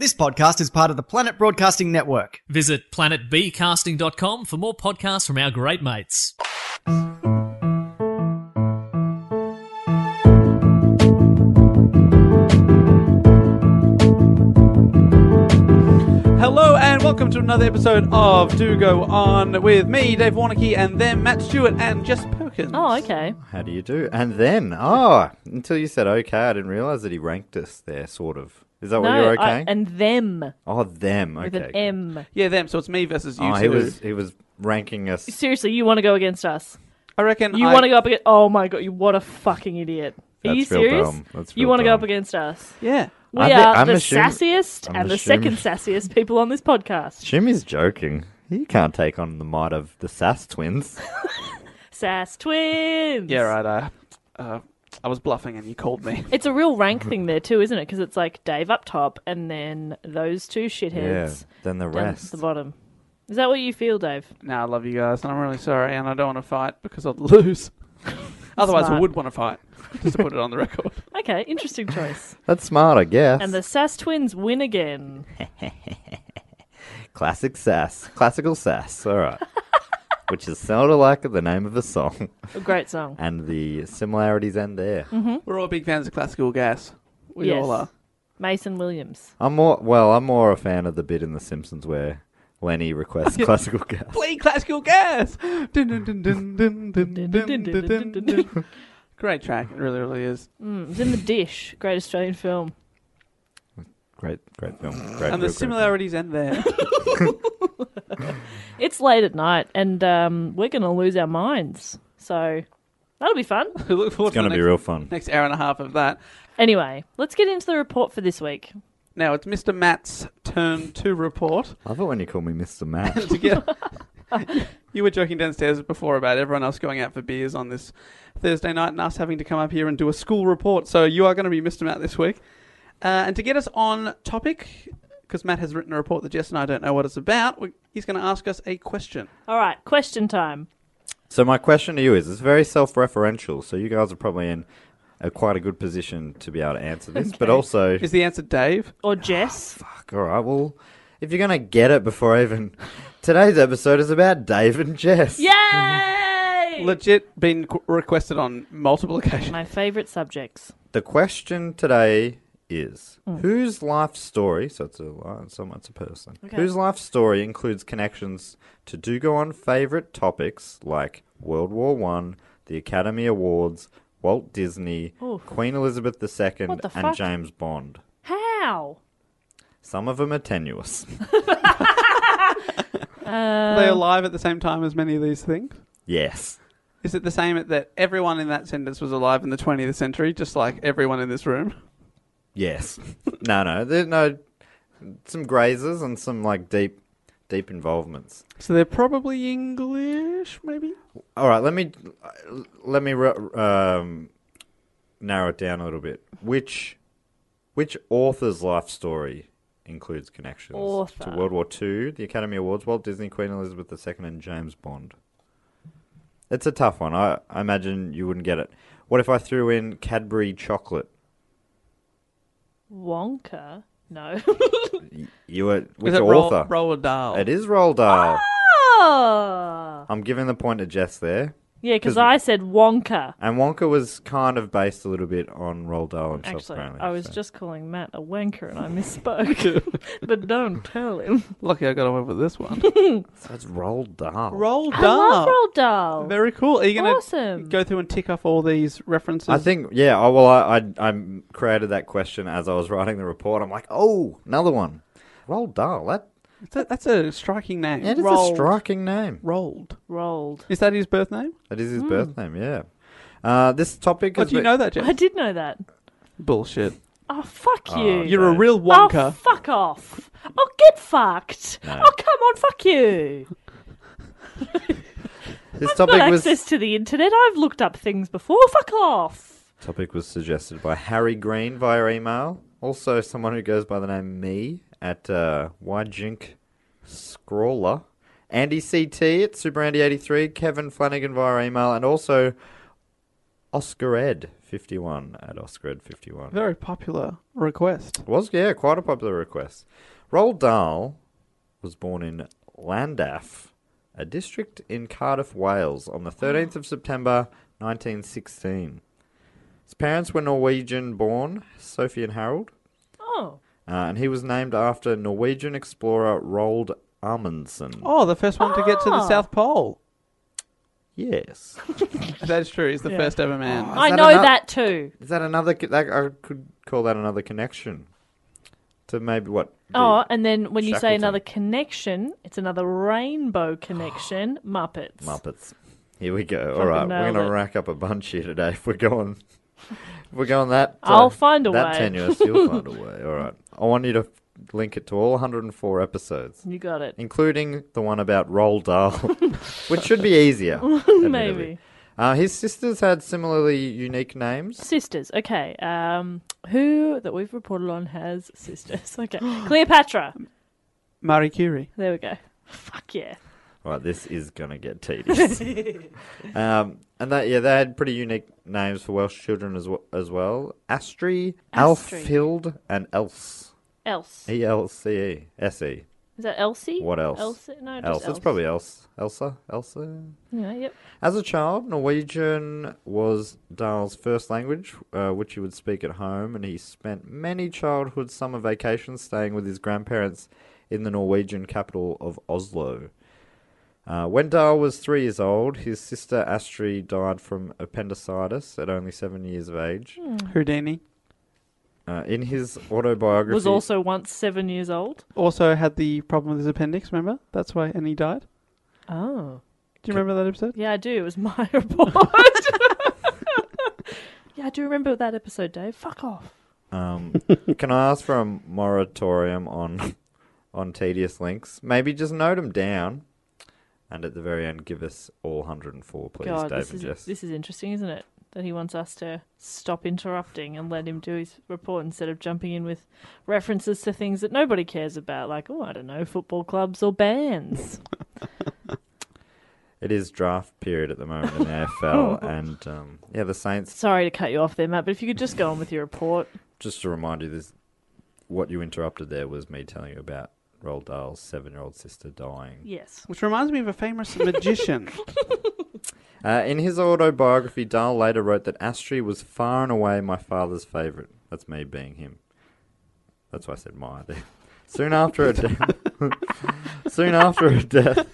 This podcast is part of the Planet Broadcasting Network. Visit planetbcasting.com for more podcasts from our great mates. Hello and welcome to another episode of Do Go On with me, Dave Warnocky, and then Matt Stewart and Jess Perkins. Oh, okay. How do you do? And then, oh, until you said okay, I didn't realize that he ranked us there, sort of. Is that what you're okay? I- and them oh, them. Okay. with an M. Yeah, them. So it's me versus you Oh, two. he was he was ranking us. Seriously, you want to go against us. I reckon You I- want to go up against? Oh my god! You what a fucking idiot! Are That's you real serious? dumb. That's you real want to go dumb. up against us? Yeah. We I thi- are I'm the assuming- sassiest I'm and the assuming- second sassiest people on this podcast. Jimmy's joking. He can't take on the might of the Sass twins. Sass twins. Yeah, right. I, uh, I was bluffing and you called me. It's a real rank thing there too, isn't it? Because it's like Dave up top, and then those two shitheads Yeah. Then the down at rest. the bottom. Is that what you feel, Dave? now I love you guys and I'm really sorry and I don't want to fight because I'd lose. Otherwise, I Smart. would want to fight. Just to put it on the record. Okay, interesting choice. That's smart, I guess. and the Sass twins win again. classic Sass, classical Sass. All right. Which is sort of like the name of the song, A great song. and the similarities end there. We're all big fans of classical gas. We Yes. all are. Mason Williams. I'm more well. I'm more a fan of the bit in The Simpsons where Lenny requests classical gas. Play classical gas! Dun, dun, dun, dun, dun, dun, dun, dun, dun, dun. Mm, Great track. It really, really is. Hmm, it's in the dish. Great Australian film. Great, great film. Great, And real the great film. similarities end there. It's late at night, and um, we're going to lose our minds. So that'll be fun. We look forward It's to the going to be next- real fun. next hour and a half of that. Anyway, let's get into the report for this week. Now it's Mr. Matt's turn to report. I love it when you call me Mr. Matt. To get- you were joking downstairs before about everyone else going out for beers on this Thursday night and us having to come up here and do a school report. So you are going to be Mr. Matt this week. Uh, and to get us on topic, because Matt has written a report that Jess and I don't know what it's about, we- he's going to ask us a question. All right, question time. so my question to you is: It's very self-referential, so you guys are probably in a, quite a good position to be able to answer this. But also, Is the answer Dave? Or Jess. fuck, all right, well, if you're going to get it before I even today's episode is about Dave and Jess. Yay! Legit been qu- requested on multiple occasions. My favourite subjects. The question today is Mm. whose life story, so it's a li- someone, it's a person, whose life story includes connections to do go on favorite topics like World War One, the Academy Awards, Walt Disney, Oof. Queen Elizabeth II, What the fuck? and James Bond. How? Some of them are tenuous. Are they alive at the same time as many of these things? yes. Is it the same that everyone in that sentence was alive in the 20th century, just like everyone in this room? Yes. no, no. There's no. Some grazes and some like deep, deep involvements. So they're probably English, maybe? All right, let me let me ru- um, narrow it down a little bit. Which which author's life story includes connections Author. to World War II, the Academy Awards, Walt Disney, Queen Elizabeth II, and James Bond? It's a tough one. I, I imagine you wouldn't get it. What if I threw in Cadbury chocolate? Wonka? No. You were which Is it Ro- author? Roald Dahl? it is Roald Dahl. oh. I'm giving the point to Jess there. Yeah, because 'Cause- I said Wonka. And Wonka was kind of based a little bit on Roald Dahl himself. Actually, apparently, I was so. just calling Matt a wanker and I misspoke. but don't tell him. Lucky I got away with this one. That's Roald Dahl. Roald I love Dahl. Roald Dahl. Very cool. Are you going to Awesome. go through and tick off all these references? I think, yeah. I, well, I, I I created that question as I was writing the report. I'm like, oh, another one. Roald Dahl. That That- that's a striking name. it is a Roald. striking name. Rold. Rolled. Is that his birth name? That is his birth name. Yeah. Uh, this topic. Oh, is do Hmm. you ve- know that, Jeff? I did know that. Bullshit. Oh, fuck you. You're a no. real Oh, wonker. fuck off. Oh, get fucked. Oh, come on, fuck you. This I've topic got was access to the internet. I've looked up things before. Fuck off. topic was suggested by Harry Green via email. Also, someone who goes by the name Me at uh, Yjink Scrawler. Andy CT at SuperAndy83. Kevin Flanagan via email. And also Oscar Ed 51 at Oscar Ed 51. Very popular request. Was yeah, quite a popular request. Roald Dahl was born in Landaff, a district in Cardiff, Wales, on the 13th of September 1916. His parents were Norwegian-born, Sophie and Harold, Oh. uh, and he was named after Norwegian explorer Roald Amundsen. Oh, the first one to get to the Ah. South Pole. Yes, That's true. He's the Yeah. first ever man. Oh, I that know enough? that too. is that another? co- That, I could call that another connection to maybe what? the- Oh, and then when you say Shackleton. another connection, it's another rainbow connection. Muppets. Muppets. Here we go. All Fucking right, we're nailed gonna it. rack up a bunch here today. If we're going, if we're going that. uh, I'll find a that way. tenuous. You'll find a way. All right. I want you to link it to all 104 episodes, You got it. including the one about Roald Dahl, which should be easier. admittedly. Maybe. Uh, his sisters had similarly unique names. Sisters. Okay. Um, who that we've reported on has sisters? Okay. Cleopatra. Marie Curie. There we go. Fuck yeah. All right, this is gonna get tedious. um, and that yeah, they had pretty unique names for Welsh children as well. As well. Astri, Astrid. Alfild, and Else. Else. E L C E S E. Is that Elsie? What else? Else? No, just Else. Else. It's probably else. Elsa. Elsa. Yeah, yep. As a child, Norwegian was Dahl's first language, uh, which he would speak at home, and he spent many childhood summer vacations staying with his grandparents in the Norwegian capital of Oslo. Uh, when Dahl was three years old, his sister Astrid died from appendicitis at only seven years of age. Hmm. Mm. Houdini. Uh, in his autobiography, Was also once seven years old. Also had the problem with his appendix, remember? That's why, and he died. Oh. Do you remember that episode? Yeah, I do. It was my report. yeah, I do remember that episode, Dave. Fuck off. Um, can I ask for a moratorium on on tedious links? Maybe just note them down, and at the very end, give us all 104, please, God, Dave this and is Jess. this is interesting, isn't it? That he wants us to stop interrupting and let him do his report instead of jumping in with references to things that nobody cares about, like oh, I don't know, football clubs or bands. It is draft period at the moment in the AFL, Oh. and um, yeah, the Saints. Sorry to cut you off there, Matt, but if you could just go on with your report. Just to remind you, this what you interrupted there was me telling you about Roald Dahl's seven-year-old sister dying. Yes. Which reminds me of a famous magician. Uh, in his autobiography, Dahl later wrote that Astri was far and away my father's favourite. That's me being him. That's why I said my. there. Soon after a death. Soon after a death.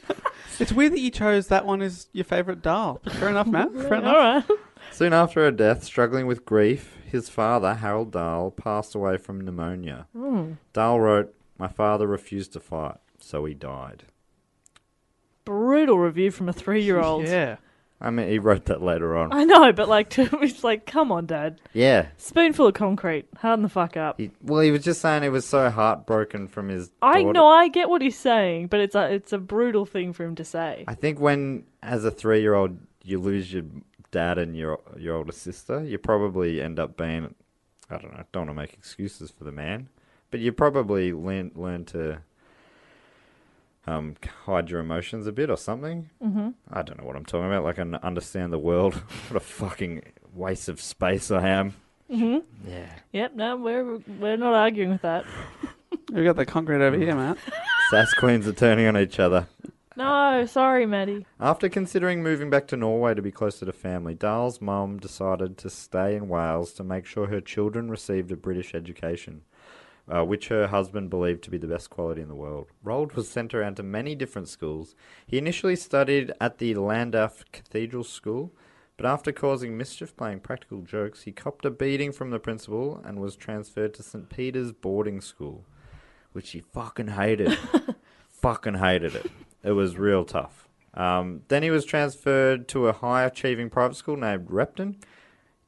It's weird that you chose that one as your favourite doll. Fair enough, Matt. Fair All enough. right. Soon after her death, struggling with grief, his father, Harold Dahl, passed away from pneumonia. Dahl wrote, My father refused to fight, so he died. Brutal review from a three-year-old. Yeah. I mean, he wrote that later on. I know, but like, to, it's like, come on, Dad. Yeah. Spoonful of concrete. Harden the fuck up. He, well, he was just saying he was so heartbroken from his. I daughter. know, I get what he's saying, but it's a, it's a brutal thing for him to say. I think when, as a three-year-old, you lose your dad and your your older sister, you probably end up being, I don't know, I don't want to make excuses for the man, but you probably learn learn to um, hide your emotions a bit or something. Mm-hmm. I don't know what I'm talking about. Like, I n- understand the world. what a fucking waste of space I am. Yep, no, we're we're not arguing with that. We got the concrete over here, Matt. Sass queens are turning on each other. No, sorry, Maddie. After considering moving back to Norway to be closer to family, Dahl's mum decided to stay in Wales to make sure her children received a British education, uh, which her husband believed to be the best quality in the world. Rold was sent around to many different schools. He initially studied at the Landaff Cathedral School, but after causing mischief playing practical jokes, he copped a beating from the principal and was transferred to St. Peter's boarding school, which he fucking hated fucking hated it. It was real tough. Um, then he was transferred to a high achieving private school named Repton.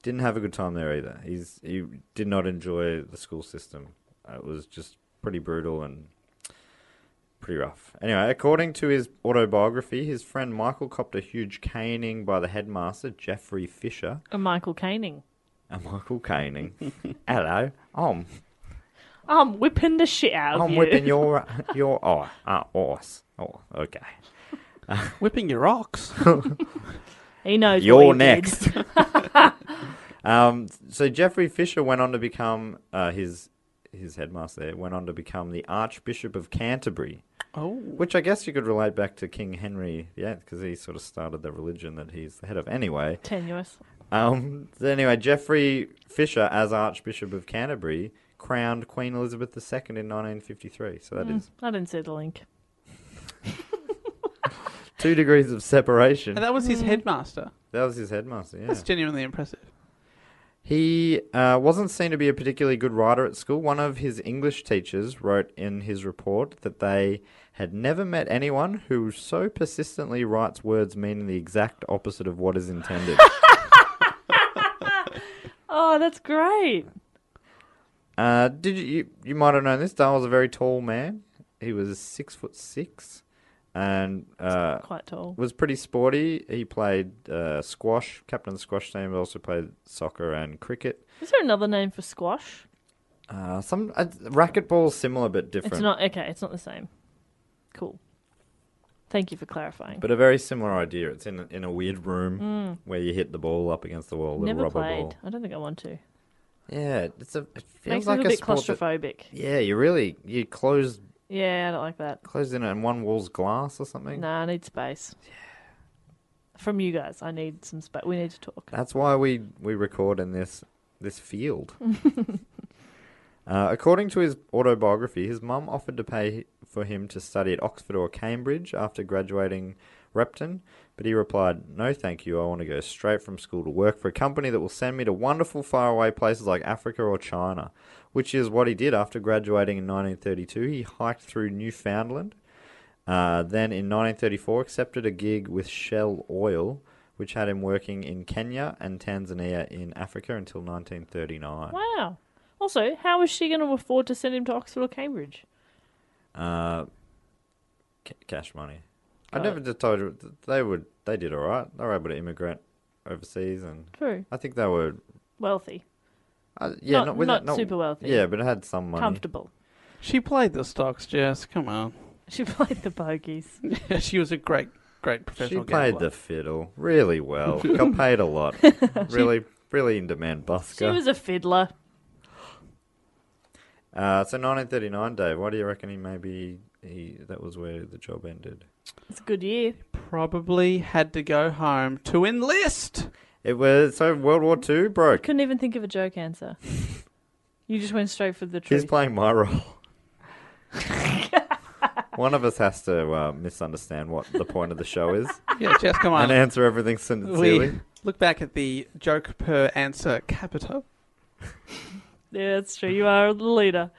Didn't have a good time there either. He's he did not enjoy the school system. It was just pretty brutal and pretty rough. Anyway, according to his autobiography, his friend Michael copped a huge caning by the headmaster Jeffrey Fisher. Uh, Michael Caning. And Michael caning. Hello, I'm I'm whipping the shit out of I'm you. whipping your your oh, oh, horse. Oh, okay. Whipping your rocks. He knows. what You're he did. next. um, so Jeffrey Fisher went on to become uh, his his headmaster. There went on to become the Archbishop of Canterbury, Oh. which I guess you could relate back to King Henry VIII because he sort of started the religion that he's the head of. Anyway, Tenuous. um, so anyway, Jeffrey Fisher as Archbishop of Canterbury crowned Queen Elizabeth II in 1953. So Hmm. that is I didn't see the link. two degrees of separation. And that was his headmaster. That was his headmaster. Mm. Yeah. That's genuinely impressive. He uh, wasn't seen to be a particularly good writer at school. One of his English teachers wrote in his report that they had never met anyone who so persistently writes words meaning the exact opposite of what is intended. Oh, that's great. uh, did you, you? You might have known this. Dahl was a very tall man. He was six foot six, and uh, Quite tall. was pretty sporty. He played uh, squash, captain of the squash team, but also played soccer and cricket. Is there another name for squash? Uh, some uh, racquetball's similar but different. It's not okay. It's not the same. Cool. Thank you for clarifying. But a very similar idea. It's in a, in a weird room where you hit the ball up against the wall, a little Mm. Never rubber played. ball. I don't think I want to. Yeah, it's a. It feels Makes like me a, a, bit sport that- claustrophobic. yeah, you really you close Yeah, I don't like that. close in and one wall's glass or something. No, I need space. From you guys, I need some space. We need to talk. That's why we we record in this this field. uh, according to his autobiography, his mum offered to pay for him to study at Oxford or Cambridge after graduating Repton, but he replied, "No, thank you. I want to go straight from school to work for a company that will send me to wonderful faraway places like Africa or China." Which is what he did after graduating in 1932. He hiked through Newfoundland. Uh, then in 1934, accepted a gig with Shell Oil, which had him working in Kenya and Tanzania in Africa until 1939. Wow. Also, how is she going to afford to send him to Oxford or Cambridge? Uh, ca- cash money. I Oh. never just told you th- they would. They did all right. They were able to immigrate overseas, and True. I think they were. Wealthy. Uh, yeah, Not- not, with not super wealthy. Yeah, but it had some money. Comfortable. She played the stocks, Jess. Come on. She played the bogeys. she was a great, great She professional played the gambler. fiddle really well. Got paid a lot. really, really in demand busker. She was a fiddler. Uh, so 1939, Dave. Why do you reckon he maybe he that was where the job ended? It's a good year. probably had to go home to enlist. It was so World War Two broke. Couldn't even think of a joke answer. You just went straight for the He's truth. playing my role. One of us has to uh, misunderstand what the point of the show is Yeah, Jess, come on. and answer everything we sincerely. look back at the joke per answer capita. yeah, that's true. You are the leader.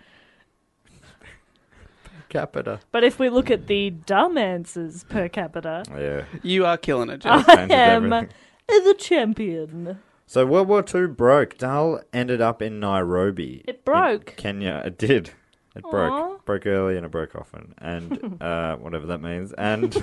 Capita. But if we look at the dumb answers per capita, Yeah. You are killing it, Jess. I Changes am uh, everything. the champion. So World War Two broke. Dahl ended up in Nairobi. It broke. In Kenya. It did. It Aw. broke. Broke early and it broke often. And uh, whatever that means. And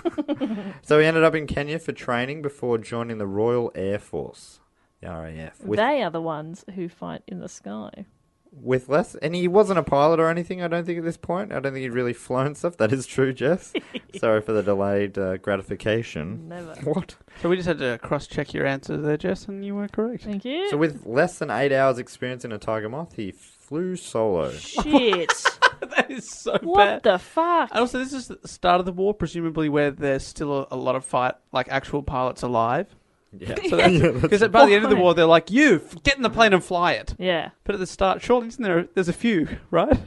so he ended up in Kenya for training before joining the Royal Air Force. The RAF. With, They are the ones who fight in the sky. with less and he wasn't a pilot or anything, I don't think at this point. I don't think he'd really flown stuff. That is true, Jess. Sorry for the delayed uh, gratification. Never. What? So we just had to cross check your answers there, Jess, and you were correct. Thank you. So with less than eight hours experience in a tiger moth, he flew solo. Shit. that is so what the fuck? And also, this is the start of the war, presumably where there's still a, a lot of fight, like actual pilots alive. Yeah. So that's- Because by the end of the point. war, they're like, "You f- get in the plane and fly it." Yeah. But at the start, surely isn't there? There's a few, right?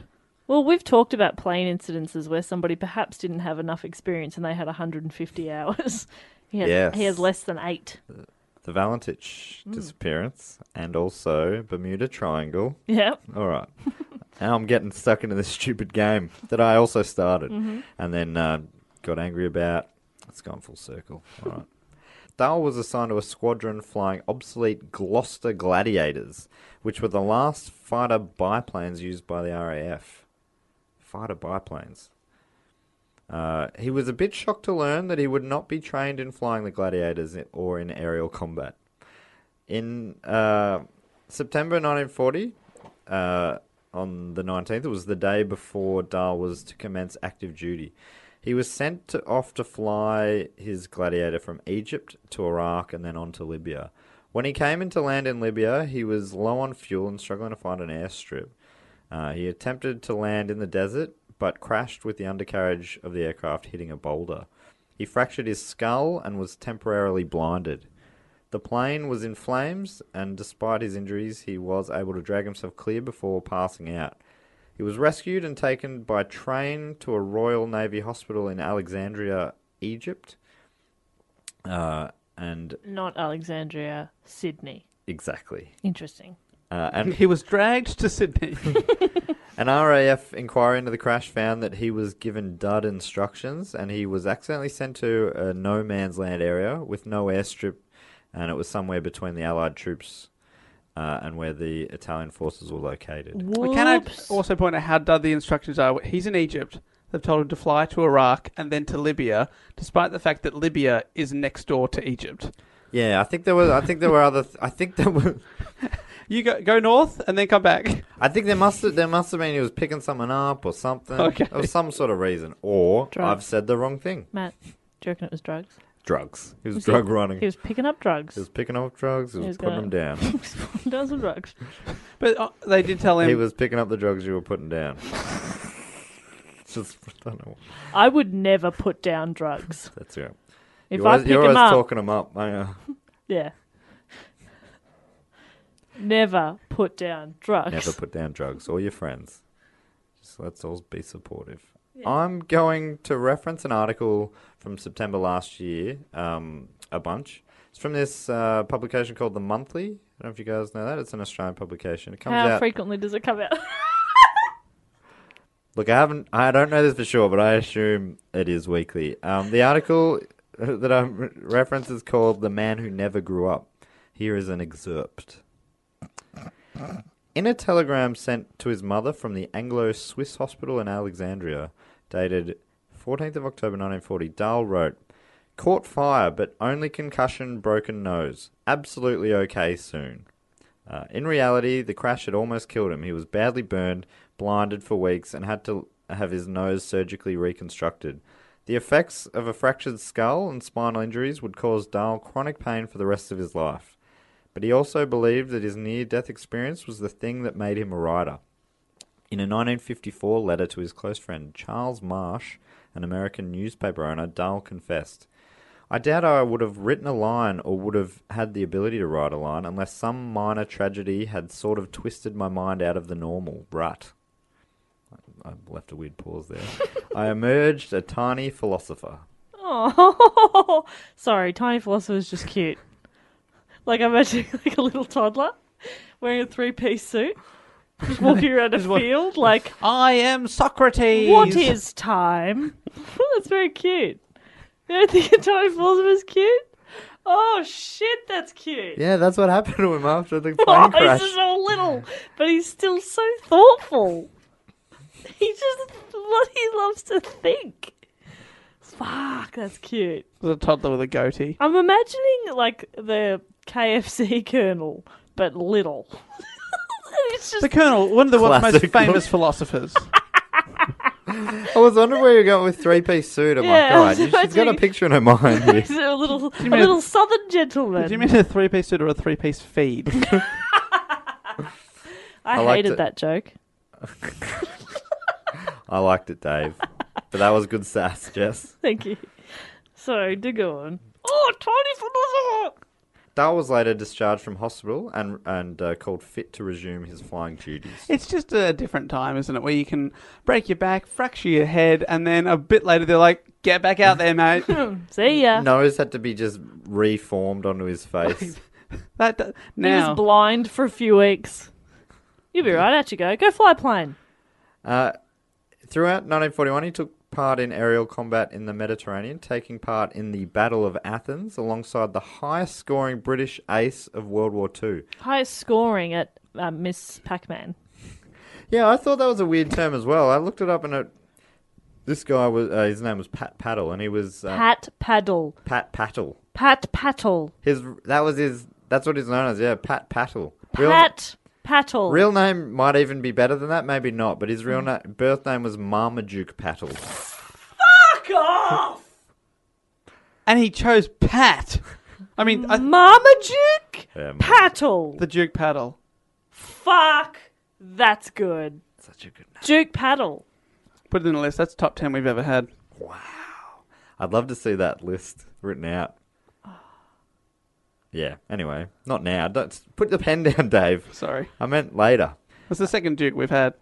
Well, we've talked about plane incidences where somebody perhaps didn't have enough experience and they had 150 hours. He has, Yes. he has less than eight. the Valentich disappearance and also Bermuda Triangle. Yeah. All right. now I'm getting stuck into this stupid game that I also started and then uh, got angry about. It's gone full circle. All right. Dahl was assigned to a squadron flying obsolete Gloucester Gladiators, which were the last fighter biplanes used by the RAF. Fighter biplanes. Uh, he was a bit shocked to learn that he would not be trained in flying the gladiators i- or in aerial combat. In uh, September 1940, uh, on the 19th, it was the day before Dahl was to commence active duty. He was sent to, off to fly his gladiator from Egypt to Iraq and then on to Libya. When he came into land in Libya, he was low on fuel and struggling to find an airstrip. Uh, he attempted to land in the desert, but crashed with the undercarriage of the aircraft hitting a boulder. He fractured his skull and was temporarily blinded. The plane was in flames, and despite his injuries, he was able to drag himself clear before passing out. He was rescued and taken by train to a Royal Navy hospital in Alexandria, Egypt. Uh, and Not Alexandria, Sydney. exactly. Interesting. Uh, and He was dragged to Sydney. An RAF inquiry into the crash found that he was given dud instructions and he was accidentally sent to a no man's land area with no airstrip, and it was somewhere between the Allied troops uh, and where the Italian forces were located. Well, Can I Whoops. also point out how dud the instructions are? He's in Egypt. They've told him to fly to Iraq and then to Libya, despite the fact that Libya is next door to Egypt. Yeah, I think there was. I think there were other. Th- I think there were. You go, go north and then come back. I think there must have. There must have been he was picking someone up or something. Okay. There was some sort of reason, or Drugs. I've said the wrong thing. Matt, do you reckon it was drugs? Drugs. He was, Was drug it- running. He was picking up drugs. He was picking up drugs. He was, He was putting gonna- them down. He was doing some drugs. But uh, they did tell him He was picking up the drugs you were putting down. Just, I don't know. I would never put down drugs. That's right. If you're I always, pick you're them up, always talking them up. I know. yeah. never put down drugs. Never put down drugs or your friends. Just let's all be supportive. I'm going to reference an article from September last year, um, a bunch. It's from this uh, publication called The Monthly. I don't know if you guys know that. It's an Australian publication. It comes How out. frequently does it come out? Look, I haven't. I don't know this for sure, but I assume it is weekly. Um, the article that I re- reference is called "The Man Who Never Grew Up." Here is an excerpt. In a telegram sent to his mother from the Anglo-Swiss Hospital in Alexandria, dated 14th of October 1940, Dahl wrote, "Caught fire, but only concussion, broken nose. Absolutely okay soon." Uh, in reality, the crash had almost killed him. He was badly burned, blinded for weeks, and had to have his nose surgically reconstructed. The effects of a fractured skull and spinal injuries would cause Dahl chronic pain for the rest of his life. But he also believed that his near death experience was the thing that made him a writer. In a 1954 letter to his close friend Charles Marsh, an American newspaper owner, Dahl confessed, I doubt I would have written a line or would have had the ability to write a line unless some minor tragedy had sort of twisted my mind out of the normal rut. I I left a weird pause there. I emerged a tiny philosopher. Oh, sorry. Tiny Philosopher is just cute. Like I'm imagining like a little toddler wearing a three-piece suit, just walking around a field. Like, I am Socrates. what is time? that's very cute. You don't think a tiny philosopher is cute? Oh shit, that's cute. Yeah, that's what happened to him after the plane Oh, he's crash. just all little, but he's still so thoughtful. He just what he loves to think. Fuck, that's cute. There's a toddler with a goatee. I'm imagining like the KFC Colonel, but little. it's just The Colonel, one of the world's most Classic. famous philosophers. I was wondering where you going with three piece suit. I'm Yeah, I like, was God, she's got a imagining- picture in her mind. Here. he's a little, a mean- little southern gentleman. Do you mean a three piece suit or a three piece feed? I, I liked hated it. that joke. I liked it, Dave. But that was good sass, Jess. Thank you. So, do go on. Oh, tiny philosopher. Dahl was later discharged from hospital and and uh, called fit to resume his flying duties. It's just a different time, isn't it? Where you can break your back, fracture your head, and then a bit later they're like, get back out there, mate. See ya. Nose had to be just reformed onto his face. that, that, He now, was blind for a few weeks. You'll be right out you go. Go fly a plane. Uh, throughout 1941, he took part in aerial combat in the Mediterranean, taking part in the Battle of Athens alongside the highest scoring British ace of World War II. Highest scoring at uh, Miss Pac-Man. Yeah, I thought that was a weird term as well. I looked it up and it. This guy was uh, his name was Pat Paddle, and he was uh, Pat paddle. Pat Paddle. Pat paddle. His that was his that's what he's known as. Yeah, Pat Paddle. Real- Pat paddle. Real name might even be better than that, maybe not, but his real na- birth name was Marmaduke Pattle. and he chose Pat. I mean, I, Marmaduke Yeah, Marmaduke. paddle. the Duke Paddle. Fuck. That's good. Such a good name. Duke paddle. Put it in a list. That's top 10 we've ever had. I'd love to see that list written out. Yeah, anyway, not now. Don't, put the pen down, Dave. Sorry. I meant later. That's the second Duke we've had.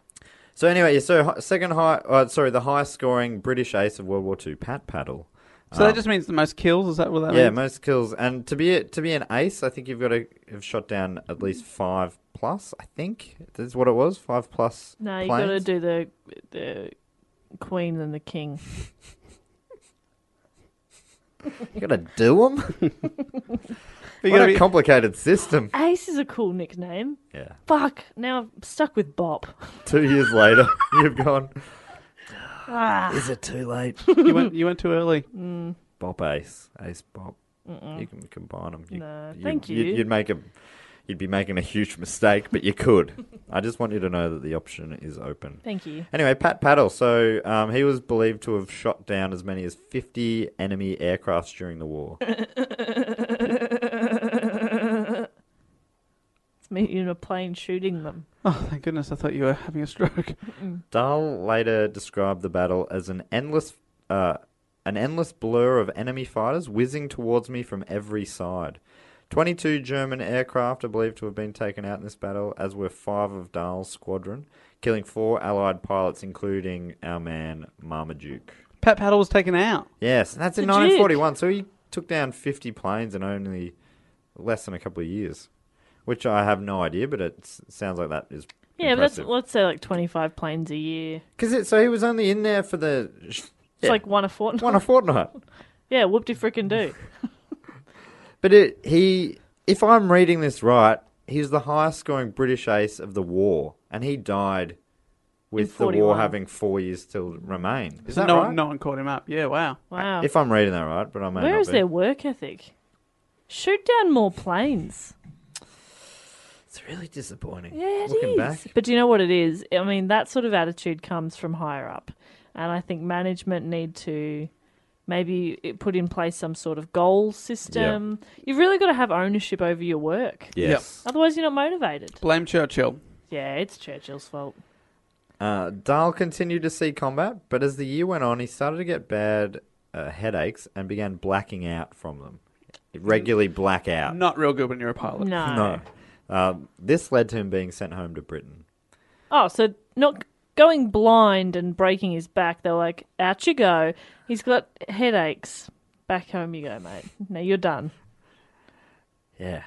So anyway, so hi- second high, uh, sorry, the highest scoring British ace of World War II, Pat Paddle. So that just means the most kills. Is that what that Oh. Yeah, means? most kills. And to be a, to be an ace, I think you've got to have shot down at least five plus. I think that's what it was, five plus. No, you planes. got to do the the queen and the king. You got to do them. You what gotta a be- complicated system. Ace is a cool nickname. Yeah. Fuck. Now I'm stuck with Bop. Two years later, you've gone. Ah. Is it too late? you, went, you went too early. Bop ace, ace bop. You can combine them. You, No, thank you. You'd, you'd make a, you'd be making a huge mistake, but you could. I just want you to know that the option is open. Thank you. Anyway, Pat Paddle. So um, he was believed to have shot down as many as 50 enemy aircrafts during the war. It's me in a plane shooting them. Oh, thank goodness. I thought you were having a stroke. Dahl later described the battle as an endless, uh, an endless blur of enemy fighters whizzing towards me from every side. 22 German aircraft are believed to have been taken out in this battle, as were five of Dahl's squadron, killing four Allied pilots, including our man Marmaduke. Pat Paddle was taken out. Yes, and that's in The Duke. 1941. So he took down 50 planes in only less than a couple of years, which I have no idea, but it s- sounds like that is. Yeah, impressive. but that's let's say like twenty five planes a year. Cause it, so he was only in there for the it's It's like one a fortnight. one a fortnight. yeah, whoop de frickin' do. But it, he, if I'm reading this right, he was the highest scoring British ace of the war, and he died with the war 41. having four years to remain. Is that no, right? no one caught him up. Yeah, wow. Wow. If I'm reading that right, but I may Where not is be. their work ethic? Shoot down more planes. It's really disappointing. Yeah, it is. Looking back, But do you know what it is? I mean, that sort of attitude comes from higher up, and I think management need to maybe it- put in place some sort of goal system. You've really got to have ownership over your work. yes. Otherwise, you're not motivated. Blame Churchill. Yeah, it's Churchill's fault. Uh, Dahl continued to see combat, but as the year went on, he started to get bad uh, headaches and began blacking out from them. Regularly black out. Not real good when you're a pilot. No. Oh, No. Um, this led to him being sent home to Britain. Oh, so not going blind and breaking his back. They're like, out you go. He's got headaches. Back home you go, mate. Now you're done. Yeah.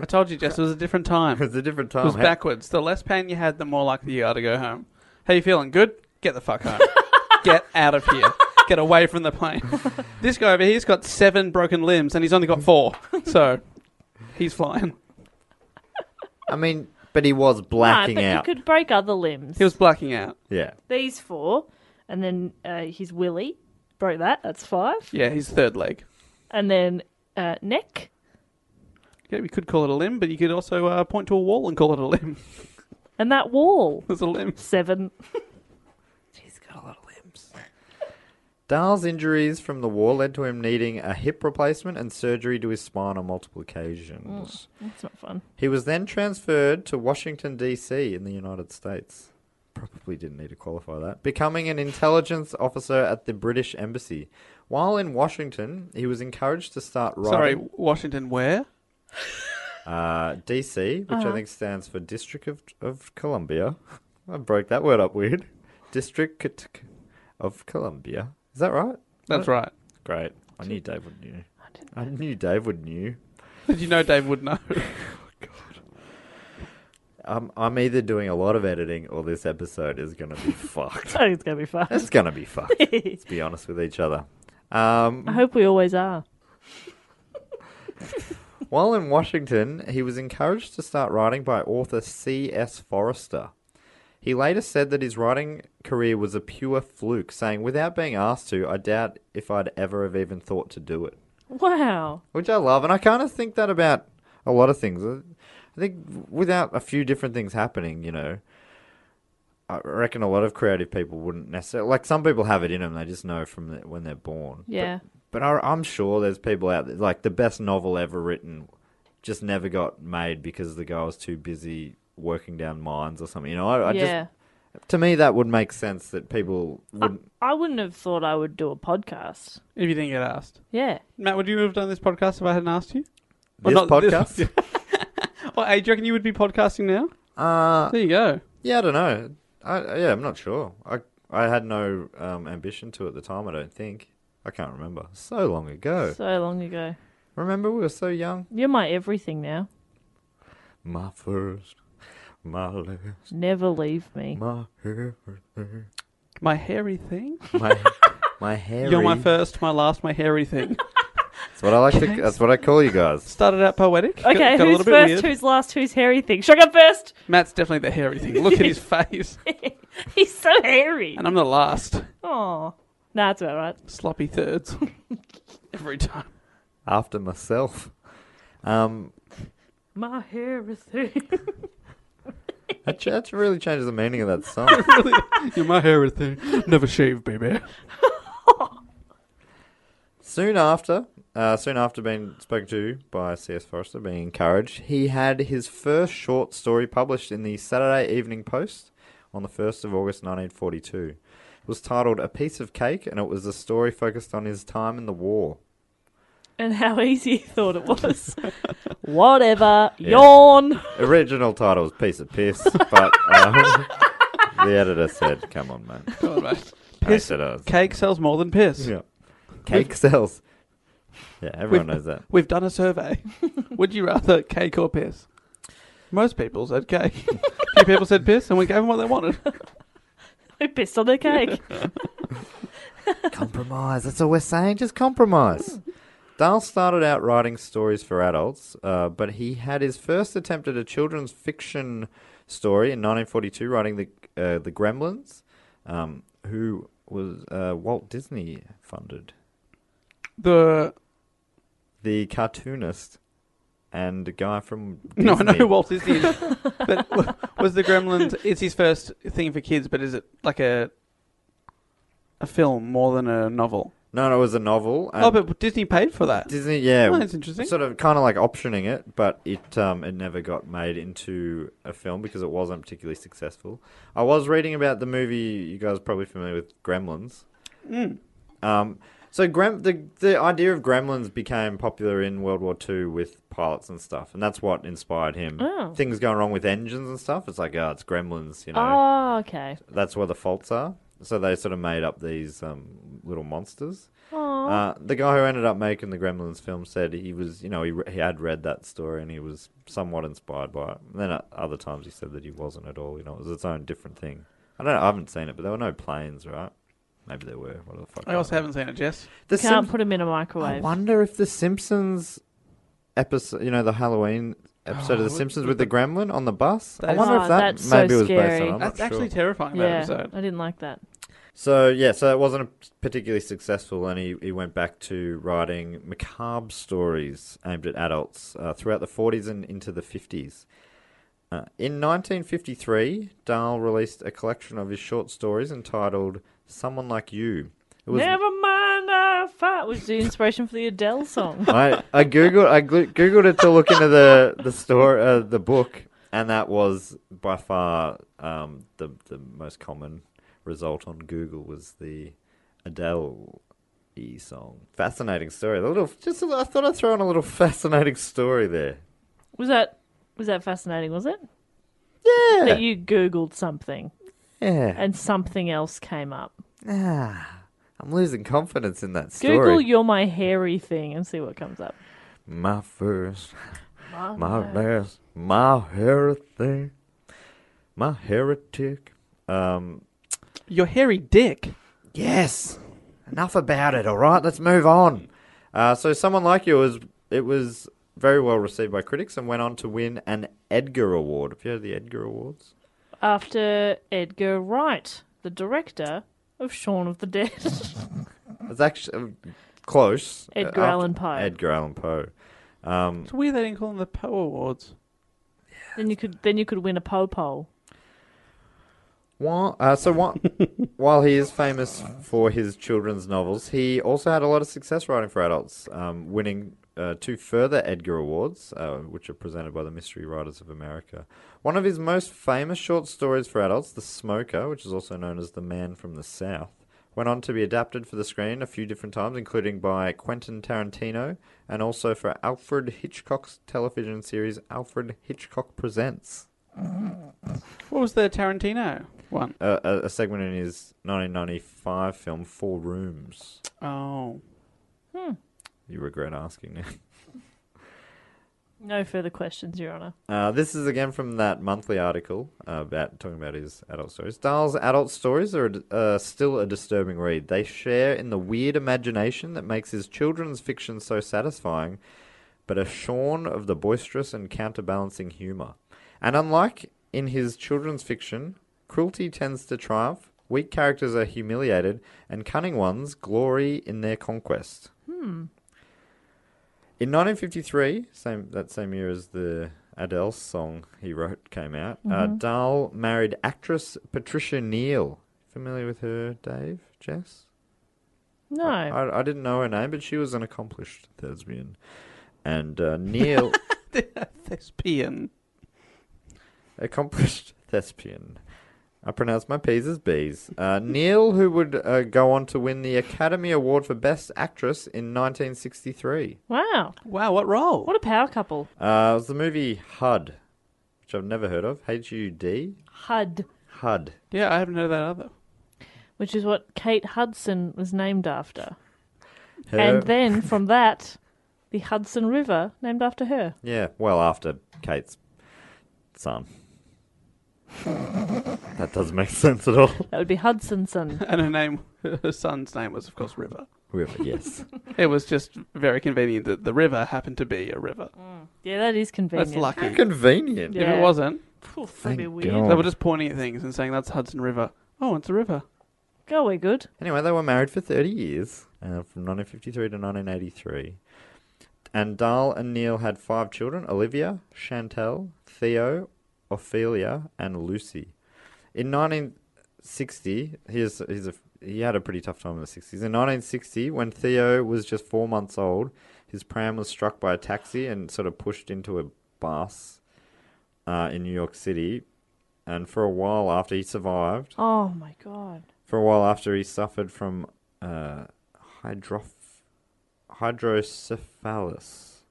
I told you, Jess, it was a different time. It was a different It time. was Hey, backwards. The less pain you had, the more likely you are to go home. How you feeling? Good? Get the fuck home. Get out of here. Get away from the plane. this guy over here's got seven broken limbs and he's only got four. So he's flying. I mean, but he was blacking no, but out. you could break other limbs. He was blacking out. Yeah. These four, and then uh, his willy broke that. That's five. Yeah, his third leg. And then uh, neck. Yeah, we could call it a limb, but you could also uh, point to a wall and call it a limb. And that wall. There's a limb. Seven. He's got a lot of limbs. Dahl's injuries from the war led to him needing a hip replacement and surgery to his spine on multiple occasions. That's not fun. He was then transferred to Washington, D.C. in the United States. Probably didn't need to qualify that. Becoming an intelligence officer at the British Embassy. While in Washington, he was encouraged to start Sorry, writing Washington, where? uh, D.C., which I think stands for District of, of Columbia. I broke that word up weird. District of Columbia. Is that right? That's right. Great. I knew Dave would knew. I, knew Dave would knew. Did you know Dave would know? Um, I'm either doing a lot of editing or this episode is going to be fucked. I think it's going to be fun. It's going to be fucked. Let's be honest with each other. Um, I hope we always are. while in Washington, he was encouraged to start writing by author C.S. Forrester. He later said that his writing career was a pure fluke, saying, without being asked to, I doubt if I'd ever have even thought to do it. Wow. which I love, and I kind of think that about a lot of things. I I think without a few different things happening, you know, I reckon a lot of creative people wouldn't necessarily like. Some people have it in them; they just know from the, when they're born. But- Yeah. But, I, I'm sure there's people out there like the best novel ever written just never got made because the guy was too busy working down mines or something. You know, I, I yeah. Uh, just to me that would make sense that people wouldn't. I wouldn't have thought I would do a podcast. if you didn't get asked. Yeah. Matt, would you have done this podcast if I hadn't asked you? This Well, not podcast, Well, hey, do you reckon you would be podcasting now? uh, There you go. Yeah, I don't know. I I- yeah, I'm not sure. I I had no um, ambition to at the time. I don't think. I can't remember. So long ago. So long ago. Remember, we were so young. You're my everything now. My first, my last, Never leave me. my everything, My hairy thing. my my hairy. You're my first, my last, my hairy thing. That's what I like to. That's what I call you guys. Started out poetic. got- Okay, got a who's little bit first, weird. who's last, who's hairy thing? Should I go first? Matt's definitely the hairy thing. Look at his face, He's so hairy. and I'm the last. Oh. Nah, that's about right. Sloppy thirds every time. After myself. Um, My hairy thing. that, ch- that really changes the meaning of that song. You're my hairy thing. Never shave, baby. Soon after, uh, soon after being spoken to by C.S. Forrester, being encouraged, he had his first short story published in the Saturday Evening Post on the 1st of August 1942. It was titled A Piece of Cake, and it was a story focused on his time in the war. and how easy he thought it was. Whatever. Yawn. Original title was Piece of Piss, but um, the editor said, Come on, man. Come on, mate. I Piss. said I was- Cake sells more than piss. Yeah. Cake sells. Yeah, everyone knows that. We've done a survey. Would you rather cake or piss? Most people said cake. Few people said piss, and we gave them what they wanted. Who pissed on their cake? compromise. That's all we're saying. Just compromise. Dahl started out writing stories for adults, uh, but he had his first attempt at a children's fiction story in 1942, writing the uh, the Gremlins, um, who was uh, Walt Disney funded. The The cartoonist and guy from No, I know Disney. who Walt Disney is. but w- was the Gremlins? It's his first thing for kids, but is it like a a film more than a novel? No, no, it was a novel. and oh, but Disney paid for that. Disney, yeah, Oh, that's interesting. Sort of, kind of like optioning it, but it um, it never got made into a film because it wasn't particularly Mm. successful. I was reading about the movie. You guys are probably familiar with Gremlins. Um, so Grem- the the idea of gremlins became popular in World War II with pilots and stuff, and that's what inspired him. Oh. Things going wrong with engines and stuff. It's like, oh, it's gremlins, you know. Oh, okay. That's where the faults are. So they sort of made up these um, little monsters. Uh, the guy who ended up making the Gremlins film said he was, you know, he, re- he had read that story and he was somewhat inspired by it. And then at other times he said that he wasn't at all. You know, it was its own different thing. I don't, know, I haven't seen it, but there were no planes, right? Maybe there were. What the fuck? I also haven't seen it, Jess. The Can't Simp- put them in a I microwave. wonder if the Simpsons episode, you know, the Halloween episode Oh, of the Simpsons with the Gremlin on the bus. I That's- wonder Oh, if that that's so maybe was based on. scary. it. I'm That's not actually sure. terrifying. That yeah, episode. I didn't like that. So yeah, so it wasn't particularly successful, and he, he went back to writing macabre stories aimed at adults uh, throughout the 40s and into the 50s. Uh, in 1953, Dahl released a collection of his short stories entitled "Someone Like You." It was Never mind, I fart was the inspiration for the Adele song. I, I googled I glu- googled it to look into the the store uh, the book, and that was by far um, the the most common result on Google was the Adele e song. Fascinating story. A little just a, I thought I'd throw in a little fascinating story there. Was that was that fascinating? Was it that Yeah, you Googled something yeah. and something else came up? Ah, I'm losing confidence in that story. Google "You're My Hairy Thing" and see what comes up. My first, my last, my hairy thing, my heretic. Um, Your hairy dick. Yes. Enough about it. All right, let's move on. Uh, so, someone like you was it was very well received by critics and went on to win an Edgar Award. Have you heard of the Edgar Awards? After Edgar Wright, the director of Shaun of the Dead. It's actually uh, close. Edgar Uh, Allan Poe. Edgar Allan Poe. Hmm. It's weird they didn't call them the Poe Awards. then you could then you could win a po poll. While, uh, so wha- while he is famous for his children's novels, he also had a lot of success writing for adults, um, winning uh, two further Edgar Awards, uh, which are presented by the Mystery Writers of America. One of his most famous short stories for adults, The Smoker, which is also known as The Man from the South, went on to be adapted for the screen a few different times, including by Quentin Tarantino and also for Alfred Hitchcock's television series Alfred Hitchcock Presents. What was the Tarantino one? a, a- a segment in his 1995 film Four Rooms. Oh, You regret asking now. No further questions, Your Honour. Uh, this is again from that monthly article uh, about talking about his adult stories. Dahl's adult stories are uh, still a disturbing read. They share in the weird imagination that makes his children's fiction so satisfying, but are shorn of the boisterous and counterbalancing humor. And unlike in his children's fiction, cruelty tends to triumph. Weak characters are humiliated, and cunning ones glory in their conquest. Hmm. In 1953, same that same year as the Adele song he wrote came out, uh, Dahl married actress Patricia Neal. Familiar with her, Dave? Jess? No. I, I didn't know her name, but she was an accomplished thespian. And uh, Neal, thespian. accomplished thespian. I pronounce my P's as B's. Uh, Neal, who would uh, go on to win the Academy Award for Best Actress in 1963. wow. Wow, what role? What a power couple. Uh, it was the movie HUD, which I've never heard of. H U D? HUD, HUD. Yeah, I haven't heard of that other. which is what Kate Hudson was named after. Her- And then from that, the Hudson River named after her. yeah, well, after Kate's son. that doesn't make sense at all. That would be Hudsonson. And her name, her son's name was of course River. River, yes. It was just very convenient that the river happened to be a river. yeah, that is convenient. That's lucky. Convenient. If Yeah. it wasn't, Poof, that'd be Thank weird. God. they were just pointing at things and saying that's Hudson River. Oh, it's a river. Go away, good. Anyway, they were married for 30 years, uh, from 1953 to 1983. And Dahl and Neil had five children Olivia, Chantel, Theo, Ophelia, and Lucy. In 1960, here's, here's a, he had a pretty tough time in the 60s. In 1960, when Theo was just four months old, his pram was struck by a taxi and sort of pushed into a bus uh, in New York City. And for a while after he survived, Oh my god. for a while after he suffered from uh, hydroph- hydrocephalus,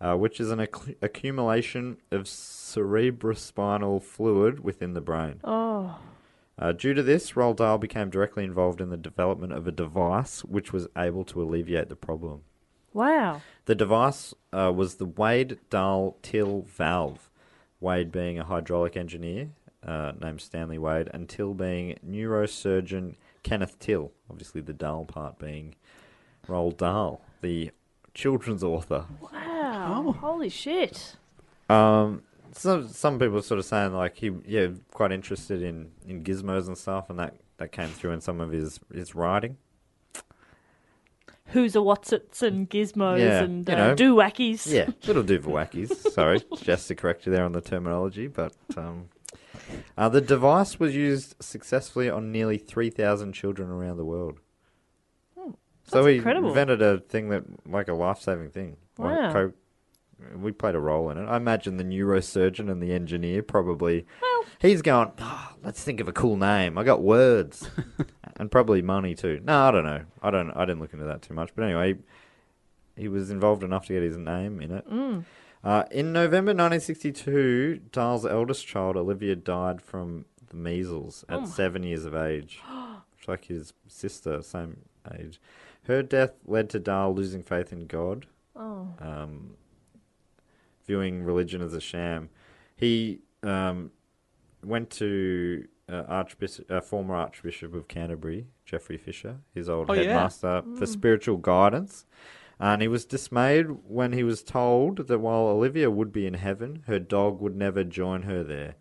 uh, which is an acc- accumulation of cerebrospinal fluid within the brain. Oh, Uh, due to this, Roald Dahl became directly involved in the development of a device which was able to alleviate the problem. wow. The device uh, was the Wade Dahl Till valve. Wade being a hydraulic engineer uh, named Stanley Wade, and Till being neurosurgeon Kenneth Till. Obviously, the Dahl part being Roald Dahl, the children's author. Oh. Wow. Holy shit. Um, some some people are sort of saying like he yeah quite interested in, in gizmos and stuff, and that, that came through in some of his his writing. Who's a whatsits and gizmos Yeah, and you uh, know. do wackies. Yeah, little doofuwackies. Sorry, just to correct you there on the terminology, but um, uh, the device was used successfully on nearly three thousand children around the world. so Hmm. that's he incredible. invented a thing that like a life-saving thing. Like, Wow. co- we played a role in it. I imagine the neurosurgeon and the engineer probably. Well- he's going. "Ah, let's think of a cool name. I got words, and probably money too. No, I don't know. I don't. I didn't look into that too much. But anyway, he, he was involved enough to get his name in it. Mm. Uh, in November 1962, Dahl's eldest child, Olivia, died from the measles Oh at seven years of age, which like his sister, same age. Her death led to Dahl losing faith in God, um, viewing religion as a sham. He um, went to uh, Archbishop, uh, former Archbishop of Canterbury, Geoffrey Fisher, his old Oh, yeah. headmaster, for spiritual guidance. And he was dismayed when he was told that while Olivia would be in heaven, her dog would never join her there.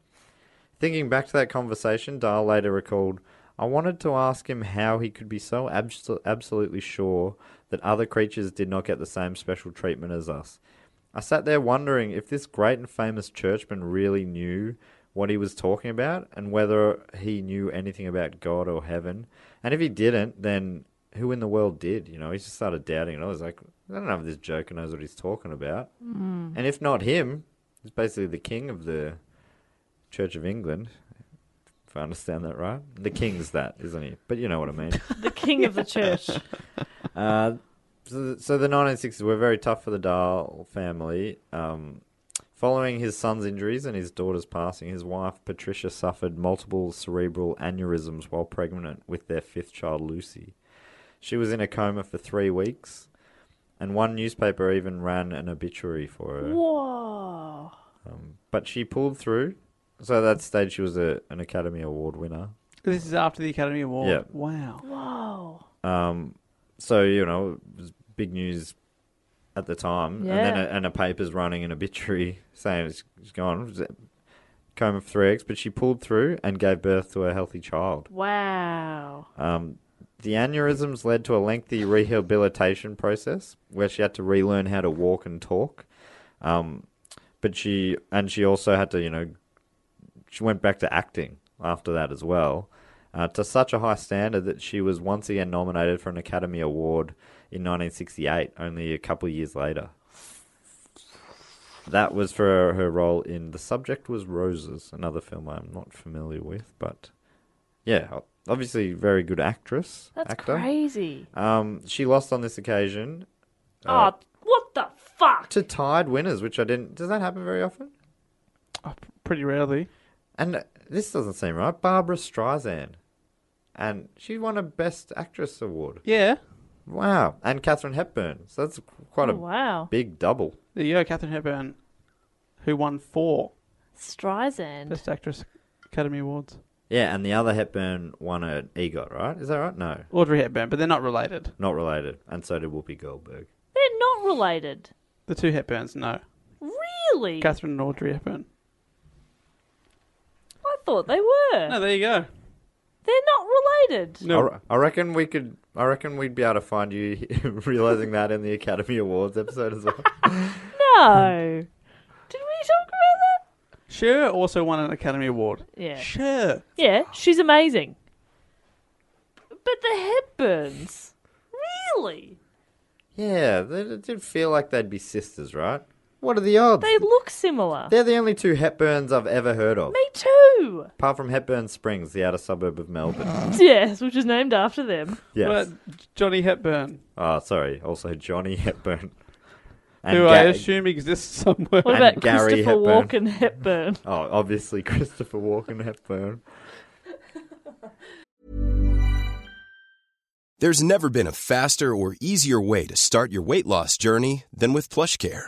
Thinking back to that conversation, Dahl later recalled, I wanted to ask him how he could be so abs- absolutely sure that other creatures did not get the same special treatment as us. I sat there wondering if this great and famous churchman really knew what he was talking about and whether he knew anything about God or heaven. And if he didn't, then who in the world did? You know, he just started doubting. And I was like, I don't know if this joker knows what he's talking about. Mm. And if not him, he's basically the king of the Church of England. If I understand that right, the king's that, isn't he? But you know what I mean. The king of the church. Uh, so, so the 1960s were very tough for the Dahl family. Um, following his son's injuries and his daughter's passing, his wife Patricia suffered multiple cerebral aneurysms while pregnant with their fifth child, Lucy. She was in a coma for three weeks, and one newspaper even ran an obituary for her. Whoa. Um, but she pulled through. So at that stage, she was a, an Academy Award winner. This is after the Academy Award. Yeah. Wow. Whoa. Um, so you know, it was big news at the time, and then Yeah. a, and a paper's running an obituary saying it's, it's gone. It was a Coma for three weeks, but she pulled through and gave birth to a healthy child. Wow. Um, the aneurysms led to a lengthy rehabilitation process where she had to relearn how to walk and talk. Um, but she and she also had to, you know, she went back to acting after that as well, uh, to such a high standard that she was once again nominated for an Academy Award in 1968, only a couple of years later. That was for her role in The Subject Was Roses, another film I'm not familiar with, but yeah, obviously very good actress. That's actor. crazy. Um, she lost on this occasion Uh, oh, what the fuck? to tied winners, which I didn't. Does that happen very often? Oh, p- pretty rarely. And uh, this doesn't seem right. Barbara Streisand, and she won a Best Actress award. Yeah. Wow! And Katherine Hepburn. So that's quite Oh, a wow. big double. There you go, Catherine Hepburn, who won four Streisand. Best Actress Academy Awards. Yeah, and the other Hepburn won an EGOT, right? Is that right? No, Audrey Hepburn, but they're not related. not related. And so did Whoopi Goldberg. They're not related. The two Hepburns, no. Really? Catherine and Audrey Hepburn. I thought they were. No, there you go. They're not related. I, No, re- I reckon we could. I reckon we'd be able to find you realizing that in the Academy Awards episode as well. No. Hmm. Did we talk about Cher also won an Academy Award. that? Yeah. Cher. Yeah, she's amazing. But the Hepburns. Really? yeah, they- it did feel like they'd be sisters, right? What are the odds? They look similar. They're the only two Hepburns I've ever heard of. Me too. Apart from Hepburn Springs, the outer suburb of Melbourne. Yes, which is named after them. Yes. What about Johnny Hepburn, Ah, sorry. Also, Johnny Hepburn. And who I Ga- assume exists somewhere. What And about Gary Christopher Hepburn. Walken Hepburn? Oh, obviously Christopher Walken Hepburn. There's never been a faster or easier way to start your weight loss journey than with PlushCare.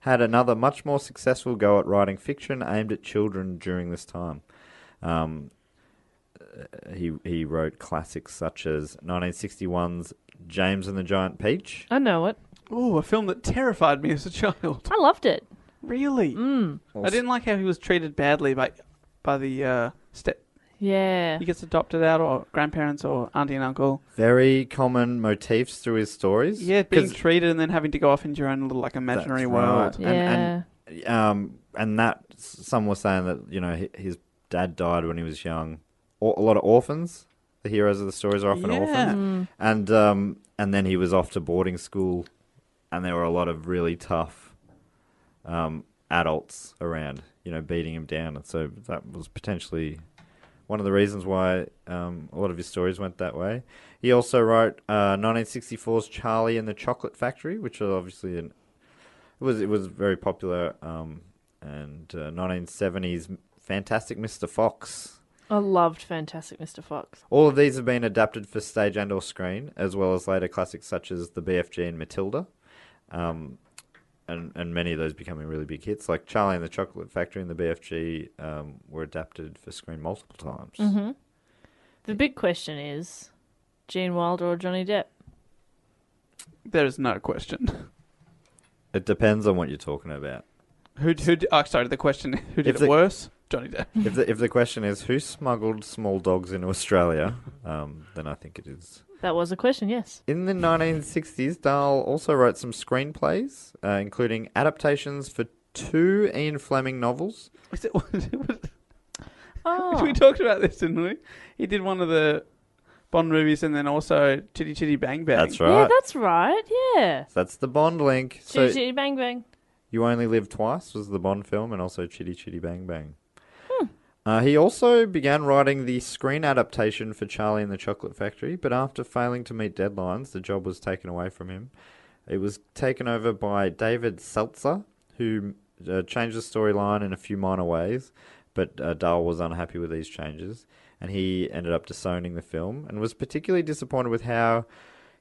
had another much more successful go at writing fiction aimed at children during this time. Um, uh, he he wrote classics such as 1961's James and the Giant Peach. I know it. Ooh, a film that terrified me as a child. I loved it. Really? I didn't like how he was treated badly by by the uh, step. Yeah. He gets adopted out, or grandparents, or auntie and uncle. Very common motifs through his stories. Yeah, being 'Cause treated and then having to go off into your own little like imaginary That's world. right. And, and, um, and that some were saying that you know hi- his dad died when he was young. Or, a lot of orphans. The heroes of the stories are often Yeah. orphans. And um, and then he was off to boarding school, and there were a lot of really tough um, adults around, you know, beating him down. And so that was potentially one of the reasons why um, a lot of his stories went that way. He also wrote uh, 1964's Charlie and the Chocolate Factory, which was obviously an it was it was very popular. Um, and uh, 1970s Fantastic Mr. Fox. I loved Fantastic Mr. Fox. All of these have been adapted for stage and or screen, as well as later classics such as The BFG and Matilda. Um, and, and many of those becoming really big hits, like Charlie and the Chocolate Factory and The BFG um, were adapted for screen multiple times. The big question is Gene Wilder or Johnny Depp? There is no question. It depends on what you're talking about. Who? Who? d- Oh, sorry. The question: Who did If it the- worse? Johnny Depp. if the if the question is who smuggled small dogs into Australia, um, then I think it is. That was a question, yes. In the 1960s, Dahl also wrote some screenplays, uh, including adaptations for two Ian Fleming novels. Is it? we Oh, talked about this, didn't we? He did one of the Bond movies, and then also Chitty Chitty Bang Bang. That's yeah, right. that's right. Yeah. That's the Bond link. So Chitty Chitty Bang Bang. You Only Live Twice was the Bond film, and also Chitty Chitty Bang Bang. Uh, he also began writing the screen adaptation for Charlie and the Chocolate Factory, but after failing to meet deadlines, the job was taken away from him. It was taken over by David Seltzer, who uh, changed the storyline in a few minor ways, but uh, Dahl was unhappy with these changes, and he ended up disowning the film and was particularly disappointed with how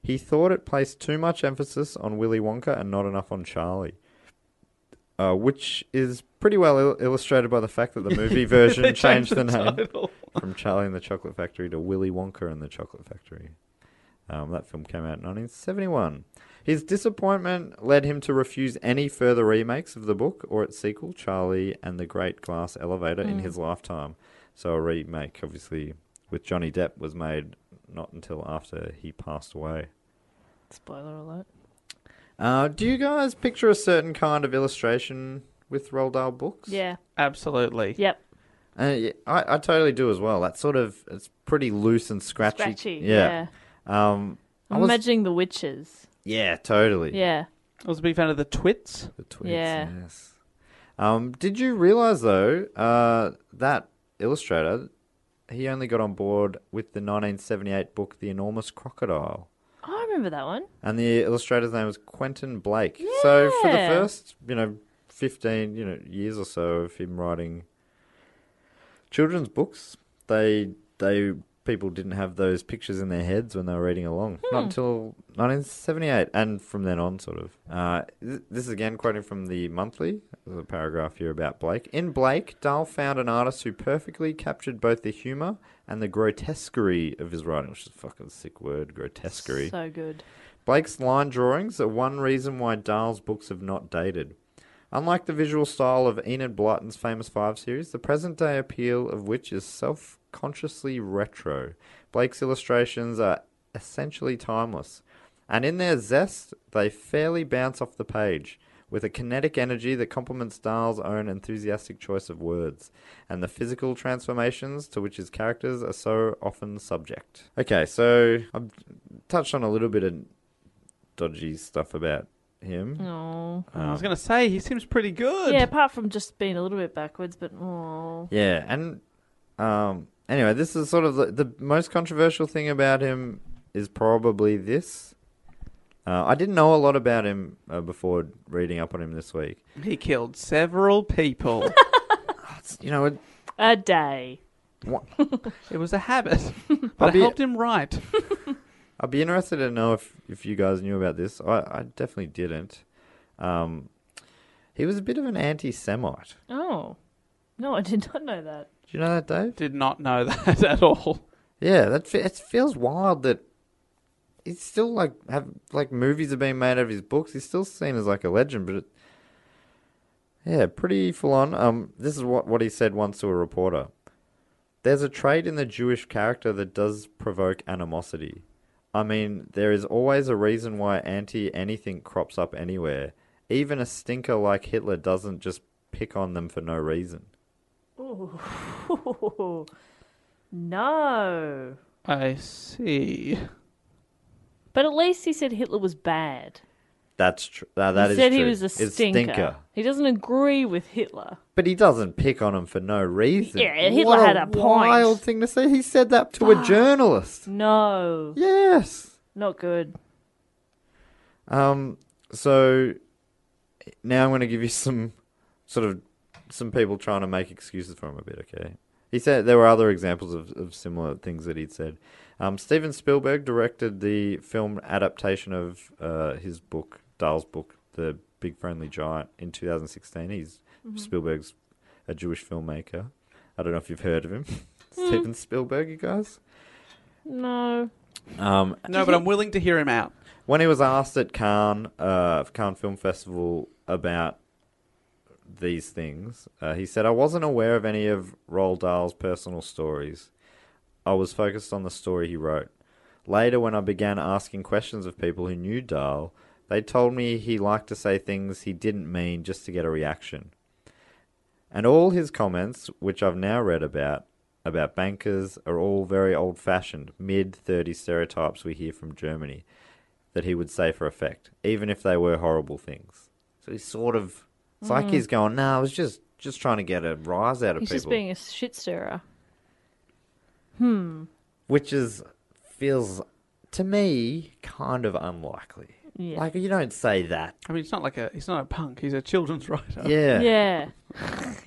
he thought it placed too much emphasis on Willy Wonka and not enough on Charlie uh, which is pretty well il- illustrated by the fact that the movie version They changed, the, name title. from Charlie and the Chocolate Factory to Willy Wonka and the Chocolate Factory. Um, that film came out in 1971. His disappointment led him to refuse any further remakes of the book or its sequel, Charlie and the Great Glass Elevator, in his lifetime. So a remake, obviously, with Johnny Depp was made not until after he passed away. Spoiler alert. Uh, do you guys picture a certain kind of illustration with Roald Dahl books? Yeah. Absolutely. Yep. Uh, yeah, I, I totally do as well. That sort of it's pretty loose and scratchy. Scratchy. Yeah. Yeah. Um, I I'm was- imagining the witches. yeah, totally. Yeah. I was a big fan of the Twits. The twins. Yeah. Yes. Um, did you realize though uh, that illustrator he only got on board with the 1978 book The Enormous Crocodile. Oh, I remember that one. And the illustrator's name was Quentin Blake. So for the Yeah. first, you know, fifteen, you know, years or so of him writing children's books, they they people didn't have those pictures in their heads when they were reading along. Hmm. Not until 1978, and from then on, sort of. Uh, th- this is again quoting from the Monthly. There's a paragraph here about Blake. In Blake, Dahl found an artist who perfectly captured both the humour and the grotesquerie of his writing, which is a fucking sick word, grotesquerie. So good. Blake's line drawings are one reason why Dahl's books have not dated. Unlike the visual style of Enid Blyton's famous Five series, the present day appeal of which is self consciously retro, Blake's illustrations are essentially timeless. And in their zest, they fairly bounce off the page, with a kinetic energy that complements Dahl's own enthusiastic choice of words, and the physical transformations to which his characters are so often subject. Okay, so I've touched on a little bit of dodgy stuff about him. Oh. I was going to say, he seems pretty good. Yeah, apart from just being a little bit backwards, but oh. Yeah, and um, anyway, this is sort of the, the most controversial thing about him is probably this. Uh, I didn't know a lot about him uh, before reading up on him this week. He killed several people. You know, it, A day. wha- it was a habit, I'll but be- it helped him right. I'd be interested to know if, if you guys knew about this. I, I definitely didn't. Um, he was a bit of an anti Semite. Oh. No, I did not know that. Do you know that, Dave? Did not know that at all. Yeah, that fe- it feels wild that he's still like have like movies are being made out of his books. He's still seen as like a legend, but it, yeah, pretty full on. Um, this is what what he said once to a reporter. There's a trait in the Jewish character that does provoke animosity. I mean, there is always a reason why anti anything crops up anywhere. Even a stinker like Hitler doesn't just pick on them for no reason. no. I see. But at least he said Hitler was bad. That's true. That, that he is said he true. was a It's stinker. He doesn't agree with Hitler. But he doesn't pick on him for no reason. Yeah, Hitler what had a point. wild thing to say. He said that to a journalist. No, Yes. not good. Um. So now I'm going to give you some sort of some people trying to make excuses for him a bit. Okay. He said there were other examples of, of similar things that he'd said. Um, Steven Spielberg directed the film adaptation of uh, his book, Dahl's book, The Big Friendly Giant, in 2016. He's Spielberg's a Jewish filmmaker. I don't know if you've heard of him, Steven Spielberg. You guys. No. Um, No, but I'm willing to hear him out. when he was asked at Cannes, uh, Cannes Film Festival about these things, uh, he said, I wasn't aware of any of Roald Dahl's personal stories. I was focused on the story he wrote. Later, when I began asking questions of people who knew Dahl, they told me he liked to say things he didn't mean just to get a reaction. And all his comments, which I've now read about, about bankers, are all very old fashioned, mid 30s stereotypes we hear from Germany that he would say for effect, even if they were horrible things. So he's sort of, it's like he's going, no, I was just, just trying to get a rise out Mm. of He's people. just being a shit stirrer. which is feels to me kind of unlikely. Yeah. Like you don't say that. I mean, it's not like a he's not a punk. He's a children's writer. Yeah.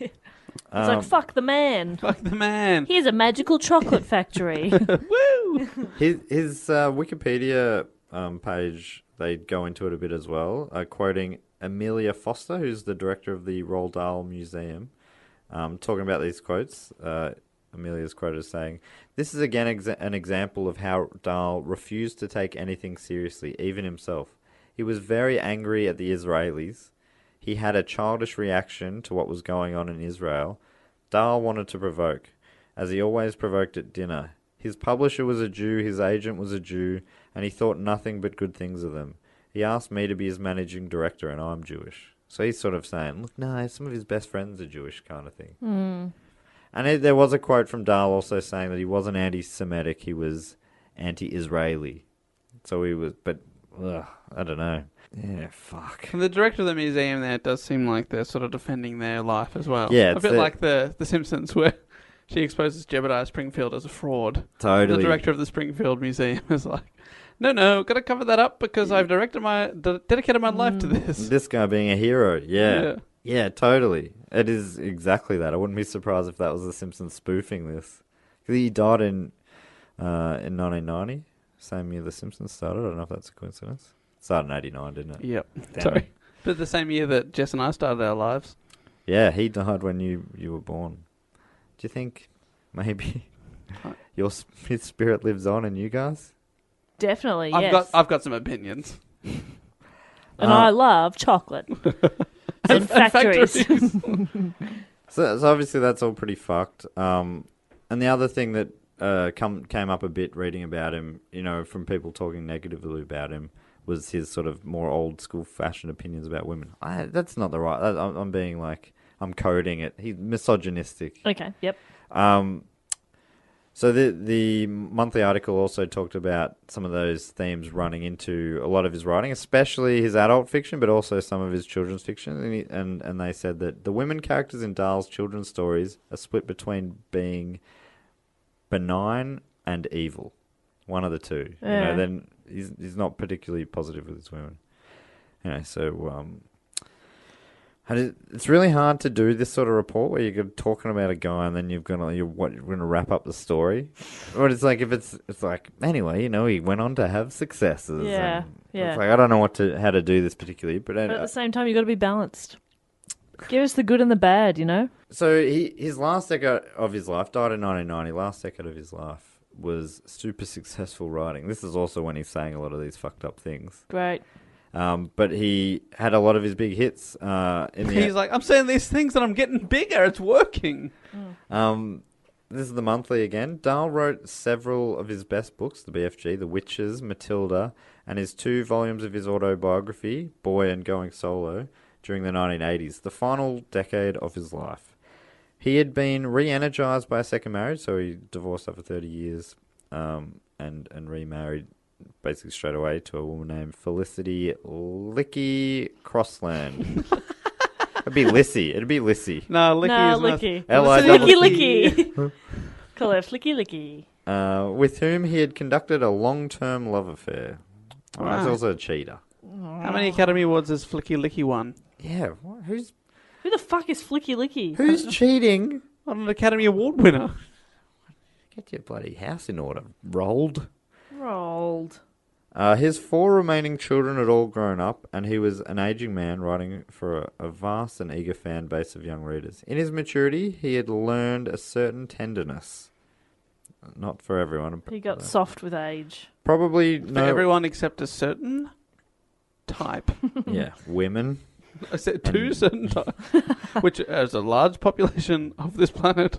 Um, Yeah. it's like, fuck the man. Like the man. Here's a magical chocolate factory. His his uh, Wikipedia um, page they go into it a bit as well, uh, quoting Amelia Foster, who's the director of the Roald Dahl Museum, um, talking about these quotes. Uh, Amelia's quoted as saying, This is again exa- an example of how Dahl refused to take anything seriously, even himself. He was very angry at the Israelis. He had a childish reaction to what was going on in Israel. Dahl wanted to provoke, as he always provoked at dinner. His publisher was a Jew, his agent was a Jew, and he thought nothing but good things of them. He asked me to be his managing director, and I'm Jewish. So he's sort of saying, look, no, some of his best friends are Jewish, kind of thing. Hmm. Mm. And it, there was a quote from Dahl also saying that he wasn't anti-Semitic; he was anti-Israeli. So he was, but ugh, I don't know. Yeah, fuck. And the director of the museum there does seem like they're sort of defending their life as well. a Yeah, it's bit the- like the the Simpsons where she exposes Jebediah Springfield as a fraud. Totally. The director of the Springfield Museum is like, no, no, got to cover that up because I've directed my de- dedicated my life to this. This guy being a hero, Mm. yeah. Yeah. yeah, totally. It is exactly that. I wouldn't be surprised if that was the Simpsons spoofing this. 'Cause He died in uh, in 1990, same year the Simpsons started. I don't know if that's a coincidence. started in 89, didn't it? Yep. Damn Sorry. it. But the same year that Jess and I started our lives. Yeah, he died when you you were born. Do you think maybe your s- his spirit lives on in you guys? Definitely, Uh, yes. I've got uh, I've got some opinions. and I Uh-huh. love chocolate. and factories. So, so obviously that's all pretty fucked. Um, and the other thing that uh, come came up a bit reading about him, you know, from people talking negatively about him, was his sort of more old school fashion opinions about women. I, that's not the right. That, I'm, I'm being like I'm coding it. He's misogynistic. okay, yep. Um, so the the monthly article also talked about some of those themes running into a lot of his writing, especially his adult fiction, but also some of his children's fiction. And he, and, and they said that the women characters in Dahl's children's stories are split between being benign and evil, one of the two. You Yeah. know, then he's he's not particularly positive with his women. You know, so um, and it, it's really hard to do this sort of report where you're talking about a guy and then you've got to, you're what you're going to wrap up the story. But it's like if it's it's like anyway, you know, he went on to have successes. Yeah, and yeah. It's like I don't know what to how to do this particularly, but, But at uh, the same time, you've got to be balanced. Give us the good and the bad, you know? so he his last decade of his life died in 1990. Last decade of his life was super successful writing. This is also when he's saying a lot of these fucked up things. Great. Um, but he had a lot of his big hits. Uh, in the He's like, I'm saying these things and I'm getting bigger. It's working. Um, this is the monthly again. Dahl wrote several of his best books: the BFG, The Witches, Matilda, and his two volumes of his autobiography, Boy and Going Solo, during the 1980s, the final decade of his life. He had been re-energized by a second marriage, so he divorced after 30 years, um, and and remarried basically straight away to a woman named Felicity Licky Crossland. It'd be Lissy. It'd be Lissy. No, Licky Nah, is not- Licky. L I double Licky, licky. Call her Flicky Licky. uh, with whom he had conducted a long term love affair. Oh, That's also a cheater. How many Academy Awards has Flicky Licky won? Yeah, what? who's Who the fuck is Flicky Licky? who's cheating? Not an Academy Award winner. Get your bloody house in order, rolled. Rolled. Uh, his four remaining children had all grown up, and he was an aging man writing for a, a vast and eager fan base of young readers. In his maturity, he had learned a certain tenderness. Not for everyone. Uh, He got soft with age. Probably For no. everyone except a certain type. Yeah, women. I said two certain types, which is a large population of this planet.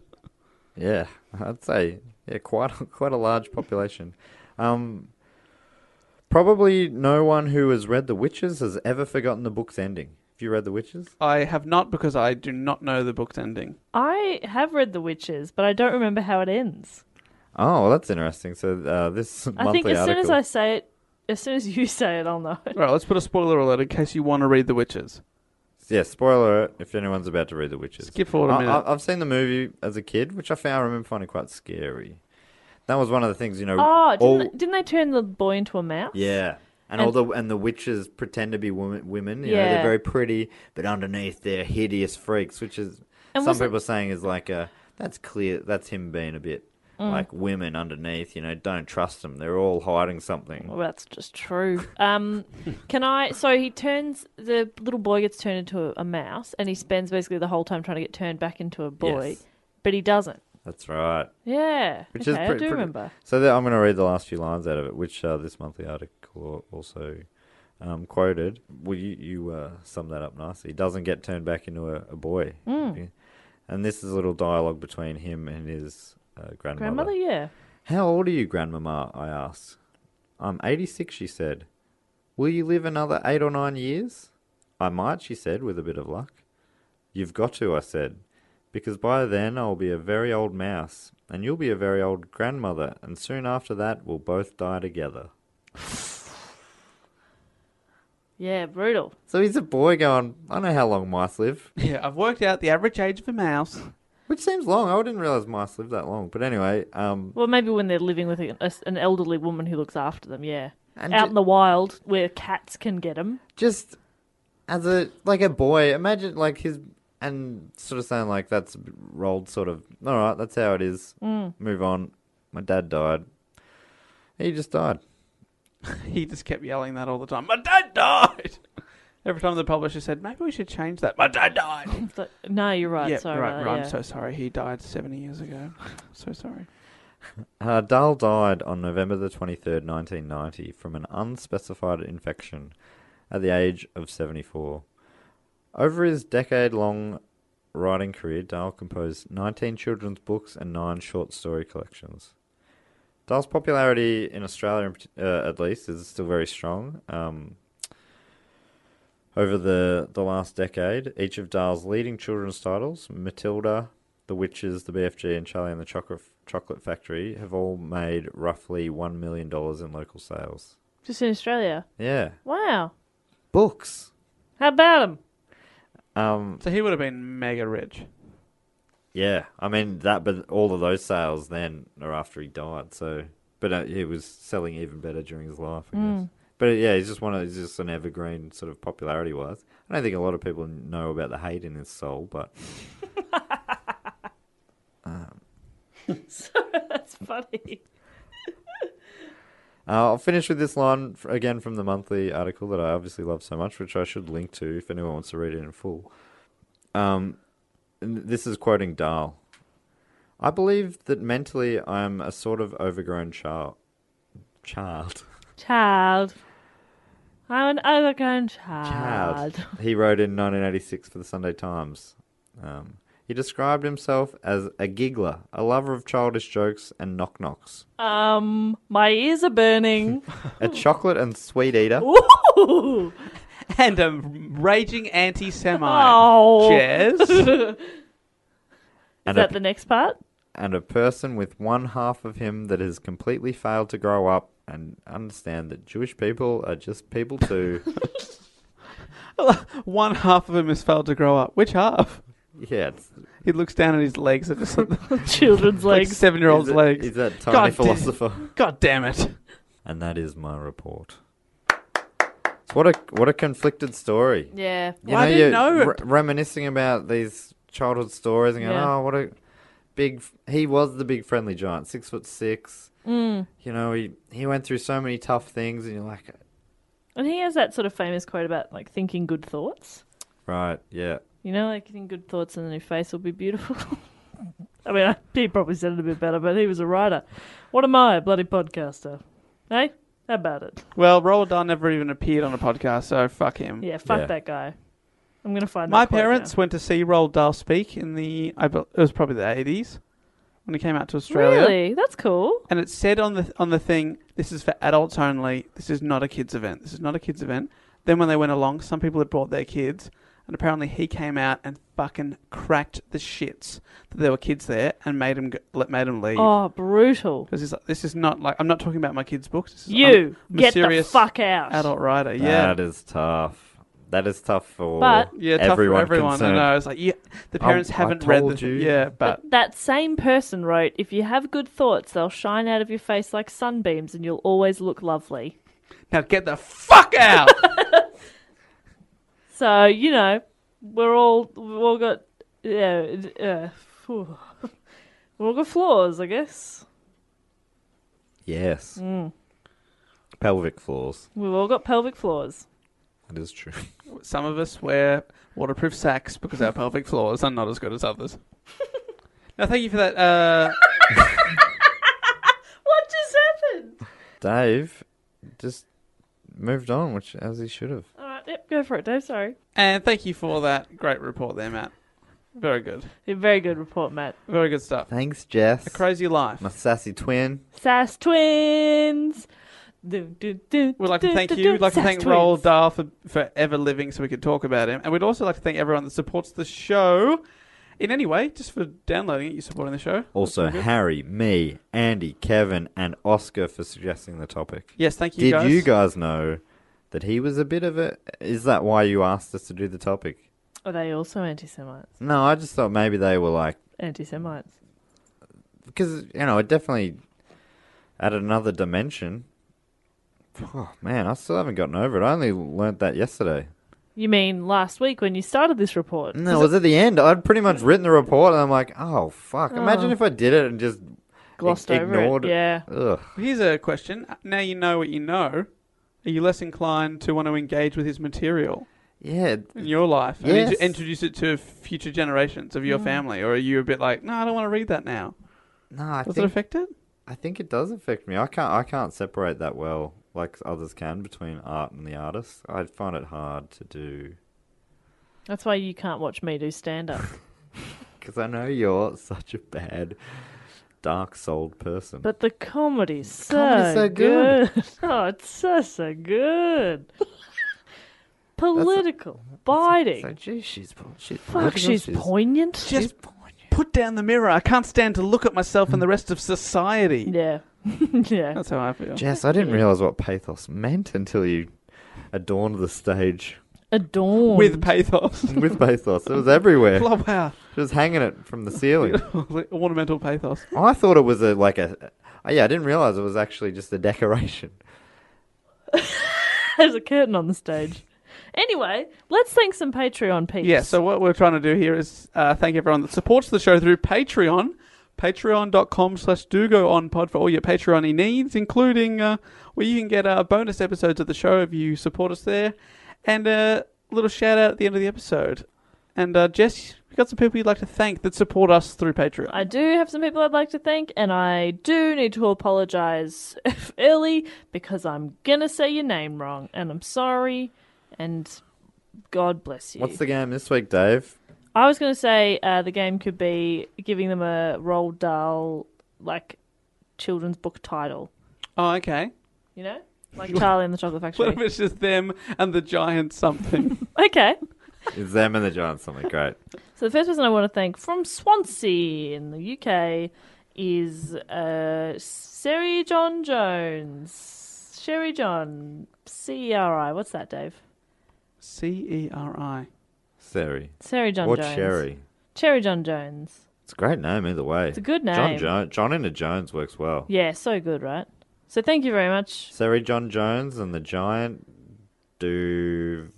Yeah, I'd say yeah, quite quite a large population. Um, probably no one who has read The Witches has ever forgotten the book's ending. Have you read The Witches? I have not because I do not know the book's ending. I have read The Witches, but I don't remember how it ends. Oh, well, that's interesting. So uh, this monthly I think as article. soon as I say it, as soon as you say it, I'll know. All right, let's put a spoiler alert in case you want to read The Witches. Yeah, spoiler alert, if anyone's about to read The Witches. Skip forward a I- minute. I, I've seen the movie as a kid, which I found I remember finding quite scary. That was one of the things, you know. Oh, didn't, all- didn't they turn the boy into a mouse? Yeah. And, all the and the witches pretend to be women. Women, you know, Yeah. they're very pretty, but underneath they're hideous freaks, which is And some wasn't- people are saying is like a that's clear. That's him being a bit Mm. like women underneath. You know, don't trust them. They're all hiding something. Well, that's just true. Um, can I? So he turns the little boy gets turned into a, a mouse, and he spends basically the whole time trying to get turned back into a boy, Yes. but he doesn't. That's right. Yeah. Which okay, is pretty, I do pretty- remember. So there, I'm going to read the last few lines out of it, which uh, this monthly article also um, quoted. Well, you, you uh, sum that up nicely. He doesn't get turned back into a, a boy. Mm. And this is a little dialogue between him and his uh, Grandmother, yeah. How old are you, Grandmama? I asked. I'm 86, she said. Will you live another eight or nine years? I might, she said, with a bit of luck. You've got to, I said, because by then I'll be a very old mouse, and you'll be a very old grandmother, and soon after that we'll both die together. Yeah, brutal. So he's a boy going, I know how long mice live. Yeah, I've worked out the average age of a mouse. Which seems long. I didn't realize mice live that long. But anyway, um, Well, maybe when they're living with a, a, an elderly woman who looks after them, yeah. And Out ju- in the wild where cats can get them. just as a like a boy, imagine like his and sort of saying like that's rolled sort of all right, that's how it is. Move on. My dad died. He just died. He just kept yelling that all the time. My dad died. Every time the publisher said, maybe we should change that. My dad died. It's like, no, you're right. yeah, sorry right, about that, right. yeah. I'm so sorry. He died 70 years ago. so sorry. Uh, Dahl died on November the 23rd, 1990, from an unspecified infection at the age of 74. Over his decade long writing career, Dahl composed 19 children's books and nine short story collections. Dahl's popularity in Australia, in parti- uh, at least, is still very strong. Um, over the, the last decade, each of Dahl's leading children's titles, Matilda, The Witches, The BFG, and Charlie and the Chocolate, Chocolate Factory, have all made roughly $1 million in local sales. Just in Australia. Yeah. Wow. Books. How about them? Um, So he would have been mega rich. yeah. I mean, that, but all of those sales then are after he died. So, but uh, he was selling even better during his life, I guess. But uh, yeah, he's just one of, he's just an evergreen sort of popularity wise. I don't think a lot of people know about the hate in his soul, but That's funny. Uh, I'll finish with this line f- again from the monthly article that I obviously love so much, which I should link to if anyone wants to read it in full. Um, and this is quoting Dahl. I believe that mentally I am a sort of overgrown child. Child. Child. I'm an overgrown child. Child. He wrote in 1986 for the Sunday Times. Um, he described himself as a giggler, a lover of childish jokes and knock knocks, Um, my ears are burning. a chocolate and sweet eater. Ooh. And a raging anti Semite. Oh. Jez. Is and that a- the next part? and a person with one half of him that has completely failed to grow up and understand that Jewish people are just people too. One half of him has failed to grow up. Which half? yeah, it's He looks down at his legs at just like, Children's like legs. seven year old's is it- legs. is that God tiny damn- philosopher? God damn it. And that is my report. So what a what a conflicted story. Yeah. You Well, I didn't know it. re- reminiscing about these childhood stories and going, Yeah. oh, what a big. f- He was the big friendly giant, six foot six. Mm. You know, he he went through so many tough things, and you're like, And he has that sort of famous quote about like thinking good thoughts. right, yeah. You know, like think good thoughts and then your face will be beautiful. I mean, I- he probably said it a bit better, but he was a writer. What am I, a bloody podcaster? Hey, how about it? Well, Roald Dahl never even appeared on a podcast, so fuck him. Yeah, fuck Yeah. that guy. I'm gonna find My that quote now. parents went to see Roald Dahl speak in the, I bel it was probably the 80s when he came out to Australia. Really, that's cool. and it said on the on the thing, "This is for adults only. This is not a kids event. This is not a kids event." Then when they went along, some people had brought their kids, and apparently he came out and fucking cracked the shits that there were kids there and made him let made him leave. Oh, brutal! Because he's like, this is not like I'm not talking about my kids' books. This is, You I'm a get the serious fuck out. adult writer. Yeah, That is tough. That is tough for But- yeah, tough everyone, for everyone. concerned. I know. It's like yeah, the parents I haven't read told the you. yeah, but But that same person wrote, "If you have good thoughts, they'll shine out of your face like sunbeams, and you'll always look lovely." now get the fuck out. So you know, we're all we've all got yeah, uh, phew. we've all got flaws, I guess. Yes. Mm. Pelvic floors. We've all got pelvic flaws. That is true. Some of us wear waterproof sacks because our pelvic floors are not as good as others. No, thank you for that. Uh, What just happened? Dave just moved on, which as he should have. All right, yep, go for it, Dave. Sorry. and thank you for that great report there, Matt. Very good. Yeah, Very good report, Matt. Very good stuff. Thanks, Jess. Crazy life. My sassy twin. Sass twins. Do, do, do, We'd like to do, thank do, you. do, We'd like to Sass thank twins. Roald Dahl for, for ever living so we could talk about him. And we'd also like to thank everyone that supports the show in any way, just for downloading it, you supporting the show. Also, Harry, me, Andy, Kevin, and Oscar for suggesting the topic. Yes, thank you Did guys. you guys know that he was a bit of a. Is that why you asked us to do the topic? Are they also anti-Semites? No, I just thought maybe they were like. Anti-Semites. Because, you know, it definitely added another dimension. Oh, man, I still haven't gotten over it. I only learnt that yesterday. You mean last week when you started this report? No, it was at the end. I'd pretty much written the report, and I'm like, oh, fuck. Imagine if I did it and just Glossed ig- over ignored it. Yeah. Ugh. Here's a question. Now you know what you know. Are you less inclined to want to engage with his material Yeah, in your life and Yes. Mm. int- introduce it to future generations of your family? Or are you a bit like, no, I don't want to read that now? no, I Does it think affect it? I think it does affect me. I can't I can't separate that well like others can between art and the artist. I find it hard to do That's why you can't watch me do stand up. because I know you're such a bad, dark-souled person. But the comedy's so, comedy's so good. good. oh, it's so, so good. Political, biting. so, geez, she's po- she's Fuck, political, she's, poignant. Just put down the mirror. I can't stand to look at myself and the rest of society. yeah. yeah. That's how I feel. Jess, I didn't realize what pathos meant until you adorned the stage Adorned. With pathos. with pathos. It was everywhere. Oh, wow. She was hanging it from the ceiling. Ornamental pathos. I thought it was a like a. oh, Yeah, I didn't realize it was actually just a decoration. There's a curtain on the stage. Anyway, let's thank some Patreon peeps. Yeah, so what we're trying to do here is uh, thank everyone that supports the show through Patreon. Patreon.com slash do go on pod for all your Patreon needs, including uh, where you can get uh, bonus episodes of the show if you support us there. And a little shout out at the end of the episode. And uh, Jess, we got some people you'd like to thank that support us through Patreon. I do have some people I'd like to thank, and I do need to apologise early because I'm gonna say your name wrong, and I'm sorry, and God bless you. What's the game this week, Dave? I was going to say uh, the game could be giving them a Roald Dahl like children's book title, oh, okay. you know, like Charlie and the Chocolate What if Factory. it's just them and the giant something? okay. It's them and the Giants. Something great. So the first person I want to thank from Swansea in the UK is uh, Sherry John Jones. Sherry John, C E R I. What's that, Dave? C E R I. Sherry. Sherry John or Jones. Cherry. Cherry John Jones. It's a great name either way. It's a good John name. Jones. John into Jones works well. Yeah, so good, right? So thank you very much. Sherry John Jones and the Giant Duvet.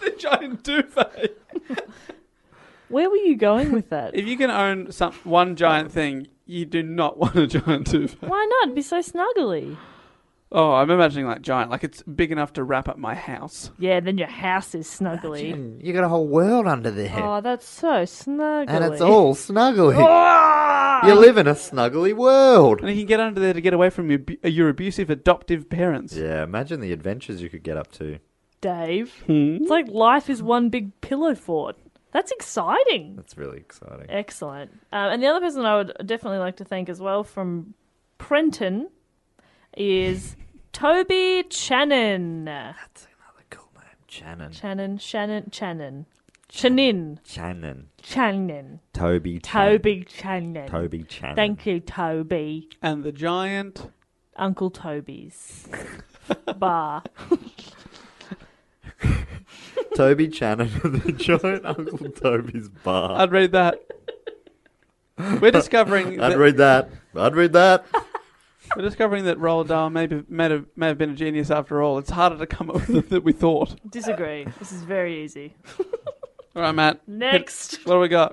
The giant duvet. Where were you going with that? If you can own some one giant thing, you do not want a giant duvet. Why not? It'd be so snuggly. Oh, I'm imagining like giant, like it's big enough to wrap up my house. Yeah, then your house is snuggly. You got a whole world under there. Oh, that's so snuggly. and it's all snuggly. you live in a snuggly world. And you can get under there to get away from your, abu- your abusive adoptive parents. Yeah, imagine the adventures you could get up to. Dave. Hmm? It's like life is one big pillow fort. That's exciting. That's really exciting. Excellent. Um, and the other person I would definitely like to thank as well from Prenton is Toby Channon. That's another cool name. Shannon. Channon, Shannon, Channon. Channin. Shannon. Channon. Toby. Chan- Toby Channon. Toby Channon. Thank you, Toby. And the giant. Uncle Toby's bar. Toby Channon and the Giant Uncle Toby's Bar. I'd read that. We're discovering I'd that, read that. I'd read that. we're discovering that Roald Dahl may, be, may, have, may have been a genius after all. It's harder to come up with than we thought. Disagree. This is very easy. All right, Matt. hit- Next. What do we got?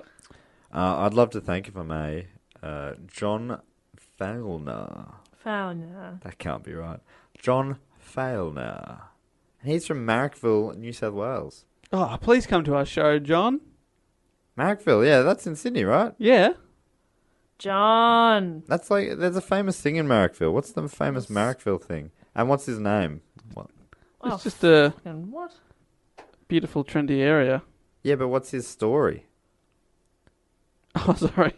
Uh, I'd love to thank, if I may, uh, John Failner. Fauna. That can't be right. John Failner. And he's from Marrickville, New South Wales. Oh, please come to our show, John. Marrickville, yeah, that's in Sydney, right? Yeah. John. That's like there's a famous thing in Marrickville. What's the famous Marrickville thing? And what's his name? What? Oh, It's just a fucking what? beautiful, trendy area. Yeah, but what's his story? Oh, sorry.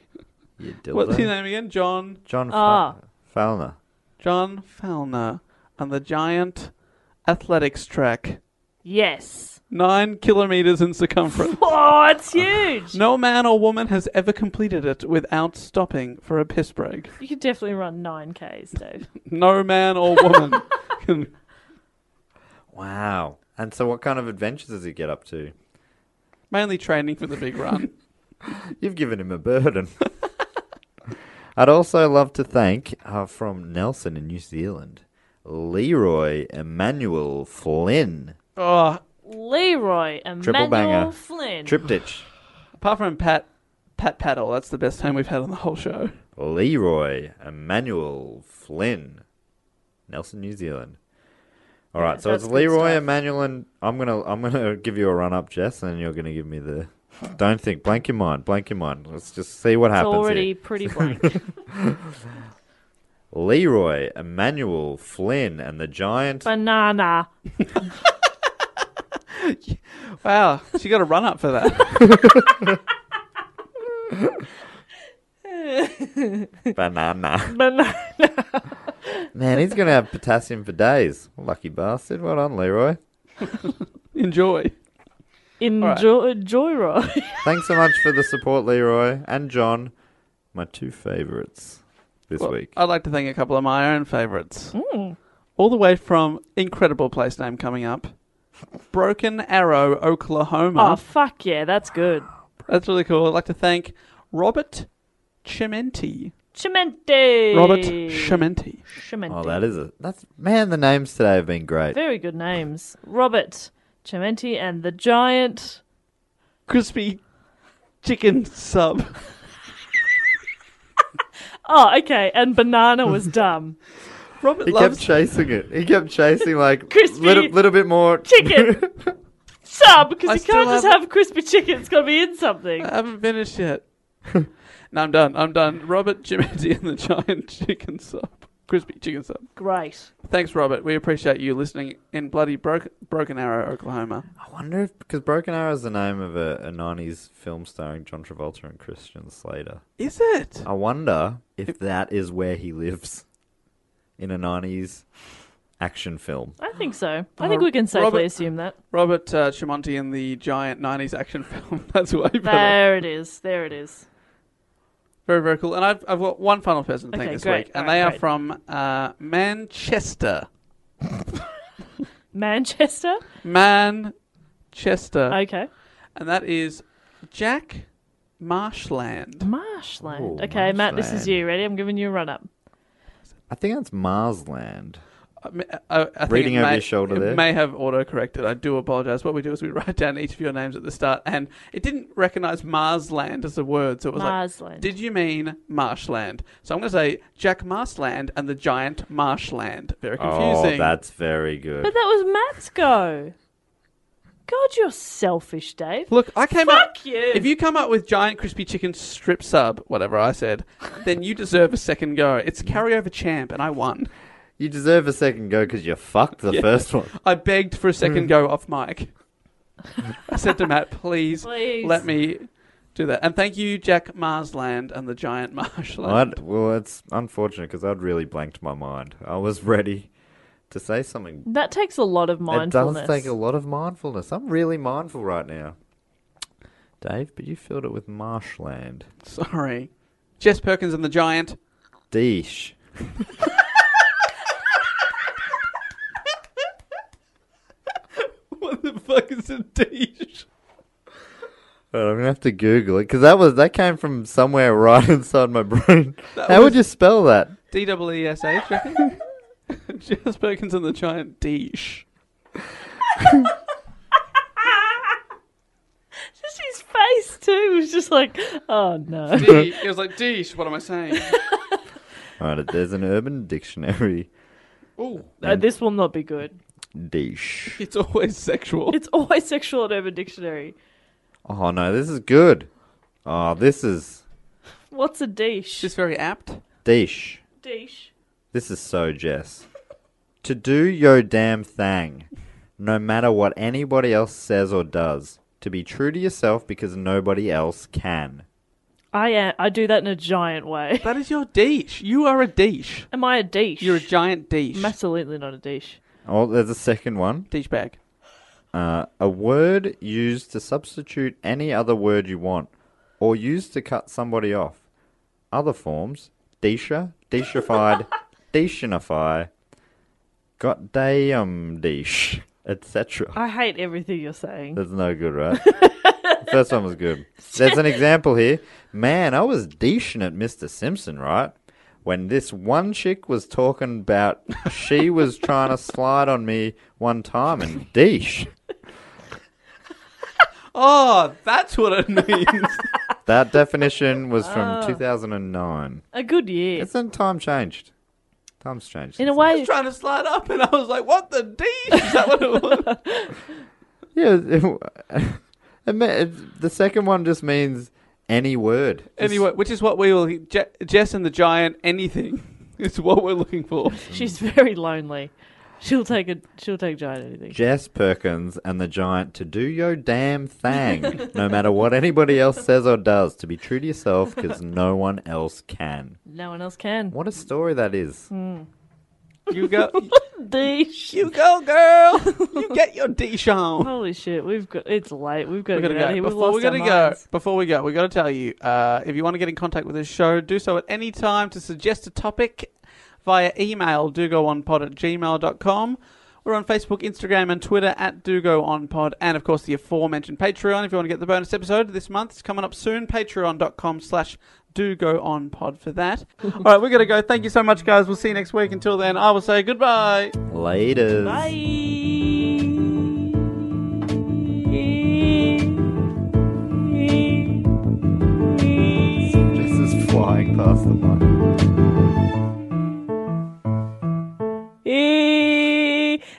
You What's his dildo. name again? John John Ah. Fa- Falner. John Falner on the giant athletics track, Yes. nine kilometers in circumference. Oh, it's huge. No man or woman has ever completed it without stopping for a piss break. You could definitely run nine Ks, Dave. No man or woman can. Wow. And so, what kind of adventures does he get up to? Mainly training for the big run. You've given him a burden. I'd also love to thank, uh, from Nelson in New Zealand, Leroy Emmanuel Flynn. Oh, Leroy Triple banger. Emmanuel Flynn. Triptych. apart from Pat, Pat Paddle, that's the best time we've had on the whole show. Leroy Emmanuel Flynn. Nelson, New Zealand. All right, so that's it's good Leroy stuff. Emmanuel, and I'm gonna I'm gonna give you a run up, Jess, and you're gonna give me the. Don't think, blank your mind, blank your mind. Let's just see what it's happens. here. already pretty blank. Leroy Emmanuel Flynn and the giant Banana. Wow, she got a run up for that. banana. Banana. Man, he's going to have potassium for days. Lucky bastard. Well done, Leroy. Enjoy. right. Enjoy, uh, Joyride. Thanks so much for the support, Leroy and John. My two favourites this Well, week. I'd like to thank a couple of my own favourites. All the way from incredible place name coming up, Broken Arrow, Oh, Oklahoma. fuck yeah, that's good. That's really cool. I'd like to thank Robert Chimenti. Chimente. Robert Chimenti. Chimente. Oh, that is a that's man. The names today have been great. Very good names. Robert Chimente and the Giant. Crispy chicken sub. Oh, okay. And Banana was dumb. Robert He kept loves chasing it. He kept chasing like Crispy little little bit more. Chicken. Sub, because I you still can't just haven't- have crispy chicken. It's got to be in something. I haven't finished yet. no, I'm done. I'm done. Robert Chimenti and the giant chicken sub. Crispy chicken sub. Great. Thanks, Robert. We appreciate you listening in bloody Broken, Broken Arrow, Oklahoma. I wonder if because Broken Arrow is the name of a, a '90s film starring John Travolta and Christian Slater. Is it? I wonder if that is where he lives in a '90s action film. I think so. Uh, I think we can safely Robert- assume that. Robert uh, Chimonti in the giant 90s action film. That's way better. There it is. There it is. Very, very cool. And I've, I've got one final person to thank Okay, this great. week, and All right, they are great. from uh, Manchester. Manchester. Manchester. Uh, Okay. And that is Jack Marshland. Marshland. Ooh, okay, Matt, this is marshland. you. Ready? I'm giving you a run up. I think that's Marsland. I, me- Uh, I, I think Reading it over may, your shoulder it there. may have auto-corrected. I do apologise. What we do is we write down each of your names at the start, and it didn't recognise Marsland as a word, so it was like, Marsland. did you mean marshland? So I'm going to say Jack Marsland and the giant marshland. Very confusing. Oh, that's very good. But that was Matt's go. God, you're selfish, Dave. Look, I came up. Fuck you. If you come up with giant crispy chicken strip sub, whatever I said, then you deserve a second go. It's carryover champ, and I won. You deserve a second go because you fucked the first one. I begged for a second go off mic. I said to Matt, please, Please. let me do that. And thank you, Jack Marsland and the giant marshland. I'd, well, it's unfortunate because I'd really blanked my mind. I was ready to say something. That takes a lot of It does mindfulness. take a lot of mindfulness. I'm really mindful right now. Dave, but you filled it with marshland. Sorry, Jess Perkins and the giant. Deesh. What the fuck is a dish? But I'm gonna have to Google it because that was that came from somewhere right inside my brain. How would you spell that? D double E S H. reckon? Jess Perkins and the giant dish. Just his face too was just like, oh no. D. It was like dish. What am I saying? All right, there's an Urban Dictionary. Ooh, No, Uh, this will not be good. Deesh. it's always sexual. It's always sexual at Urban Dictionary. Oh no, this is good. Oh, this is What's a dish? Just very apt. Deesh. dish. This is so Jess. to do your damn thing, no matter what anybody else says or does. To be true to yourself because nobody else can. I am, I do that in a giant way. That is your dish. You are a dish. Am I a dish? You're a giant dish. I'm absolutely not a dish. Oh, there's a second one. dish bag. Uh, a word used to substitute any other word you want, or used to cut somebody off. Other forms: Deisha, Deishified, Deishinify, Got damn Deish, etc. I hate everything you're saying. That's no good, right? First one was good. There's an example here. Man, I was decent at Mr. Simpson, right? When this one chick was talking about she was trying to slide on me one time and deesh. Oh, that's what it means. That definition was from Oh. 2009. A good year. Isn't time changed? Time's changed. in a since way, trying to slide up, and I was like, "What the dish?" Is that what it was? then. Yeah. It, it, me- it- the second one just means any word. Just- anyway, which is what we will Je- Jess and the giant. Anything is what we're looking for. she's very lonely. She'll take a she'll take giant anything. Jess Perkins and the Giant to do your damn thing, no matter what anybody else says or does, to be true to yourself because no one else can. No one else can. What a story that is. You go, Dish. you go, girl. You get your dish on. Holy shit, we've got it's late. We've got to We're gonna get out of here. go. Before we've we lost gotta our go, minds. before we go, we gotta tell you. Uh, if you want to get in contact with this show, do so at any time. To suggest a topic via email, do go on pod at gmail.com. We're on Facebook, Instagram, and Twitter at do go on pod, and of course the aforementioned Patreon. If you want to get the bonus episode this month, it's coming up soon. Patreon.com slash do go on pod for that. All right, we're gonna go. Thank you so much, guys. We'll see you next week. Until then, I will say goodbye. Later. Jess is flying past the mic. Bye.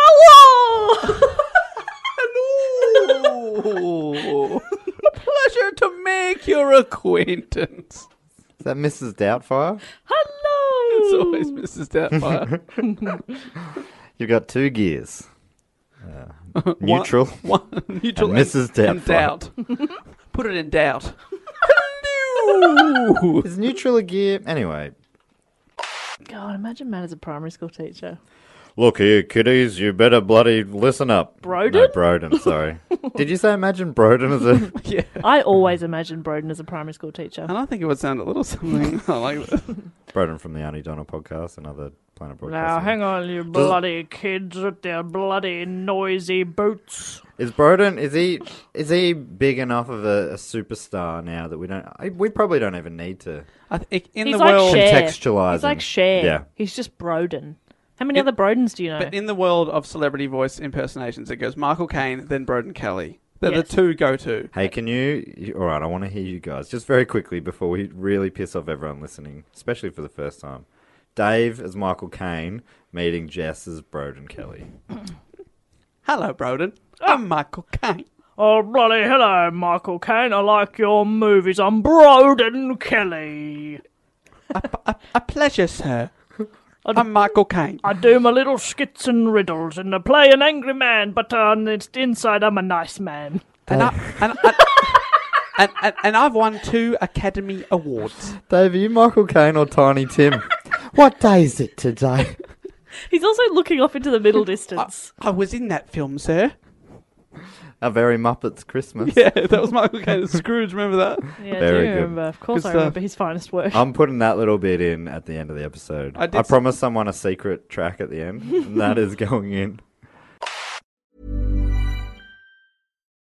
Hello. Hello. A pleasure to make your acquaintance. Is that Mrs. Doubtfire? Hello. It's always Mrs. Doubtfire. You've got two gears. Uh, neutral. One, you do- Mrs. and doubt. Doubtfire. Put it in doubt. Hello. Is neutral a gear? Anyway. God, imagine Matt as a primary school teacher. Look here, kiddies, you better bloody listen up. Broden? No, Broden, sorry. Did you say imagine Broden as a yeah. I always imagine Broden as a primary school teacher. And I think it would sound a little something. I like that. Broden from the Arnie Donald podcast, another Planet Broadcast. Now, hang on, you bloody kids with their bloody noisy boots. Is Broden is he is he big enough of a, a superstar now that we don't I, we probably don't even need to I think in He's the like world, Cher. contextualize He's like him. Cher. Yeah. He's just Broden. How many other Brodens do you know? but in the world of celebrity voice impersonations, it goes Michael Caine, then Broden Kelly. They're Yes. the two go-to. Hey, can you, you? All right, I want to hear you guys just very quickly before we really piss off everyone listening, especially for the first time. Dave as Michael Caine meeting Jess as Broden Kelly. Hello, Broden. Ah. I'm Michael Caine. Oh, bloody hello, Michael Caine. I like your movies. I'm Broden Kelly. A pleasure, sir. I'm Michael Caine. I do my little skits and riddles and I play an angry man, but on the inside, I'm a nice man. and, I, and, I, and, and, and I've won two Academy Awards. Dave, are you Michael Caine or Tiny Tim? what day is it today? He's also looking off into the middle distance. I was in that film, sir. A very Muppets Christmas. Yeah, that was Michael Caine as Scrooge. Remember that? yeah, I do very good. remember. Of course, I Good stuff. remember his finest work. I'm putting that little bit in at the end of the episode. I I, did s- promised someone a secret track at the end, and that is going in.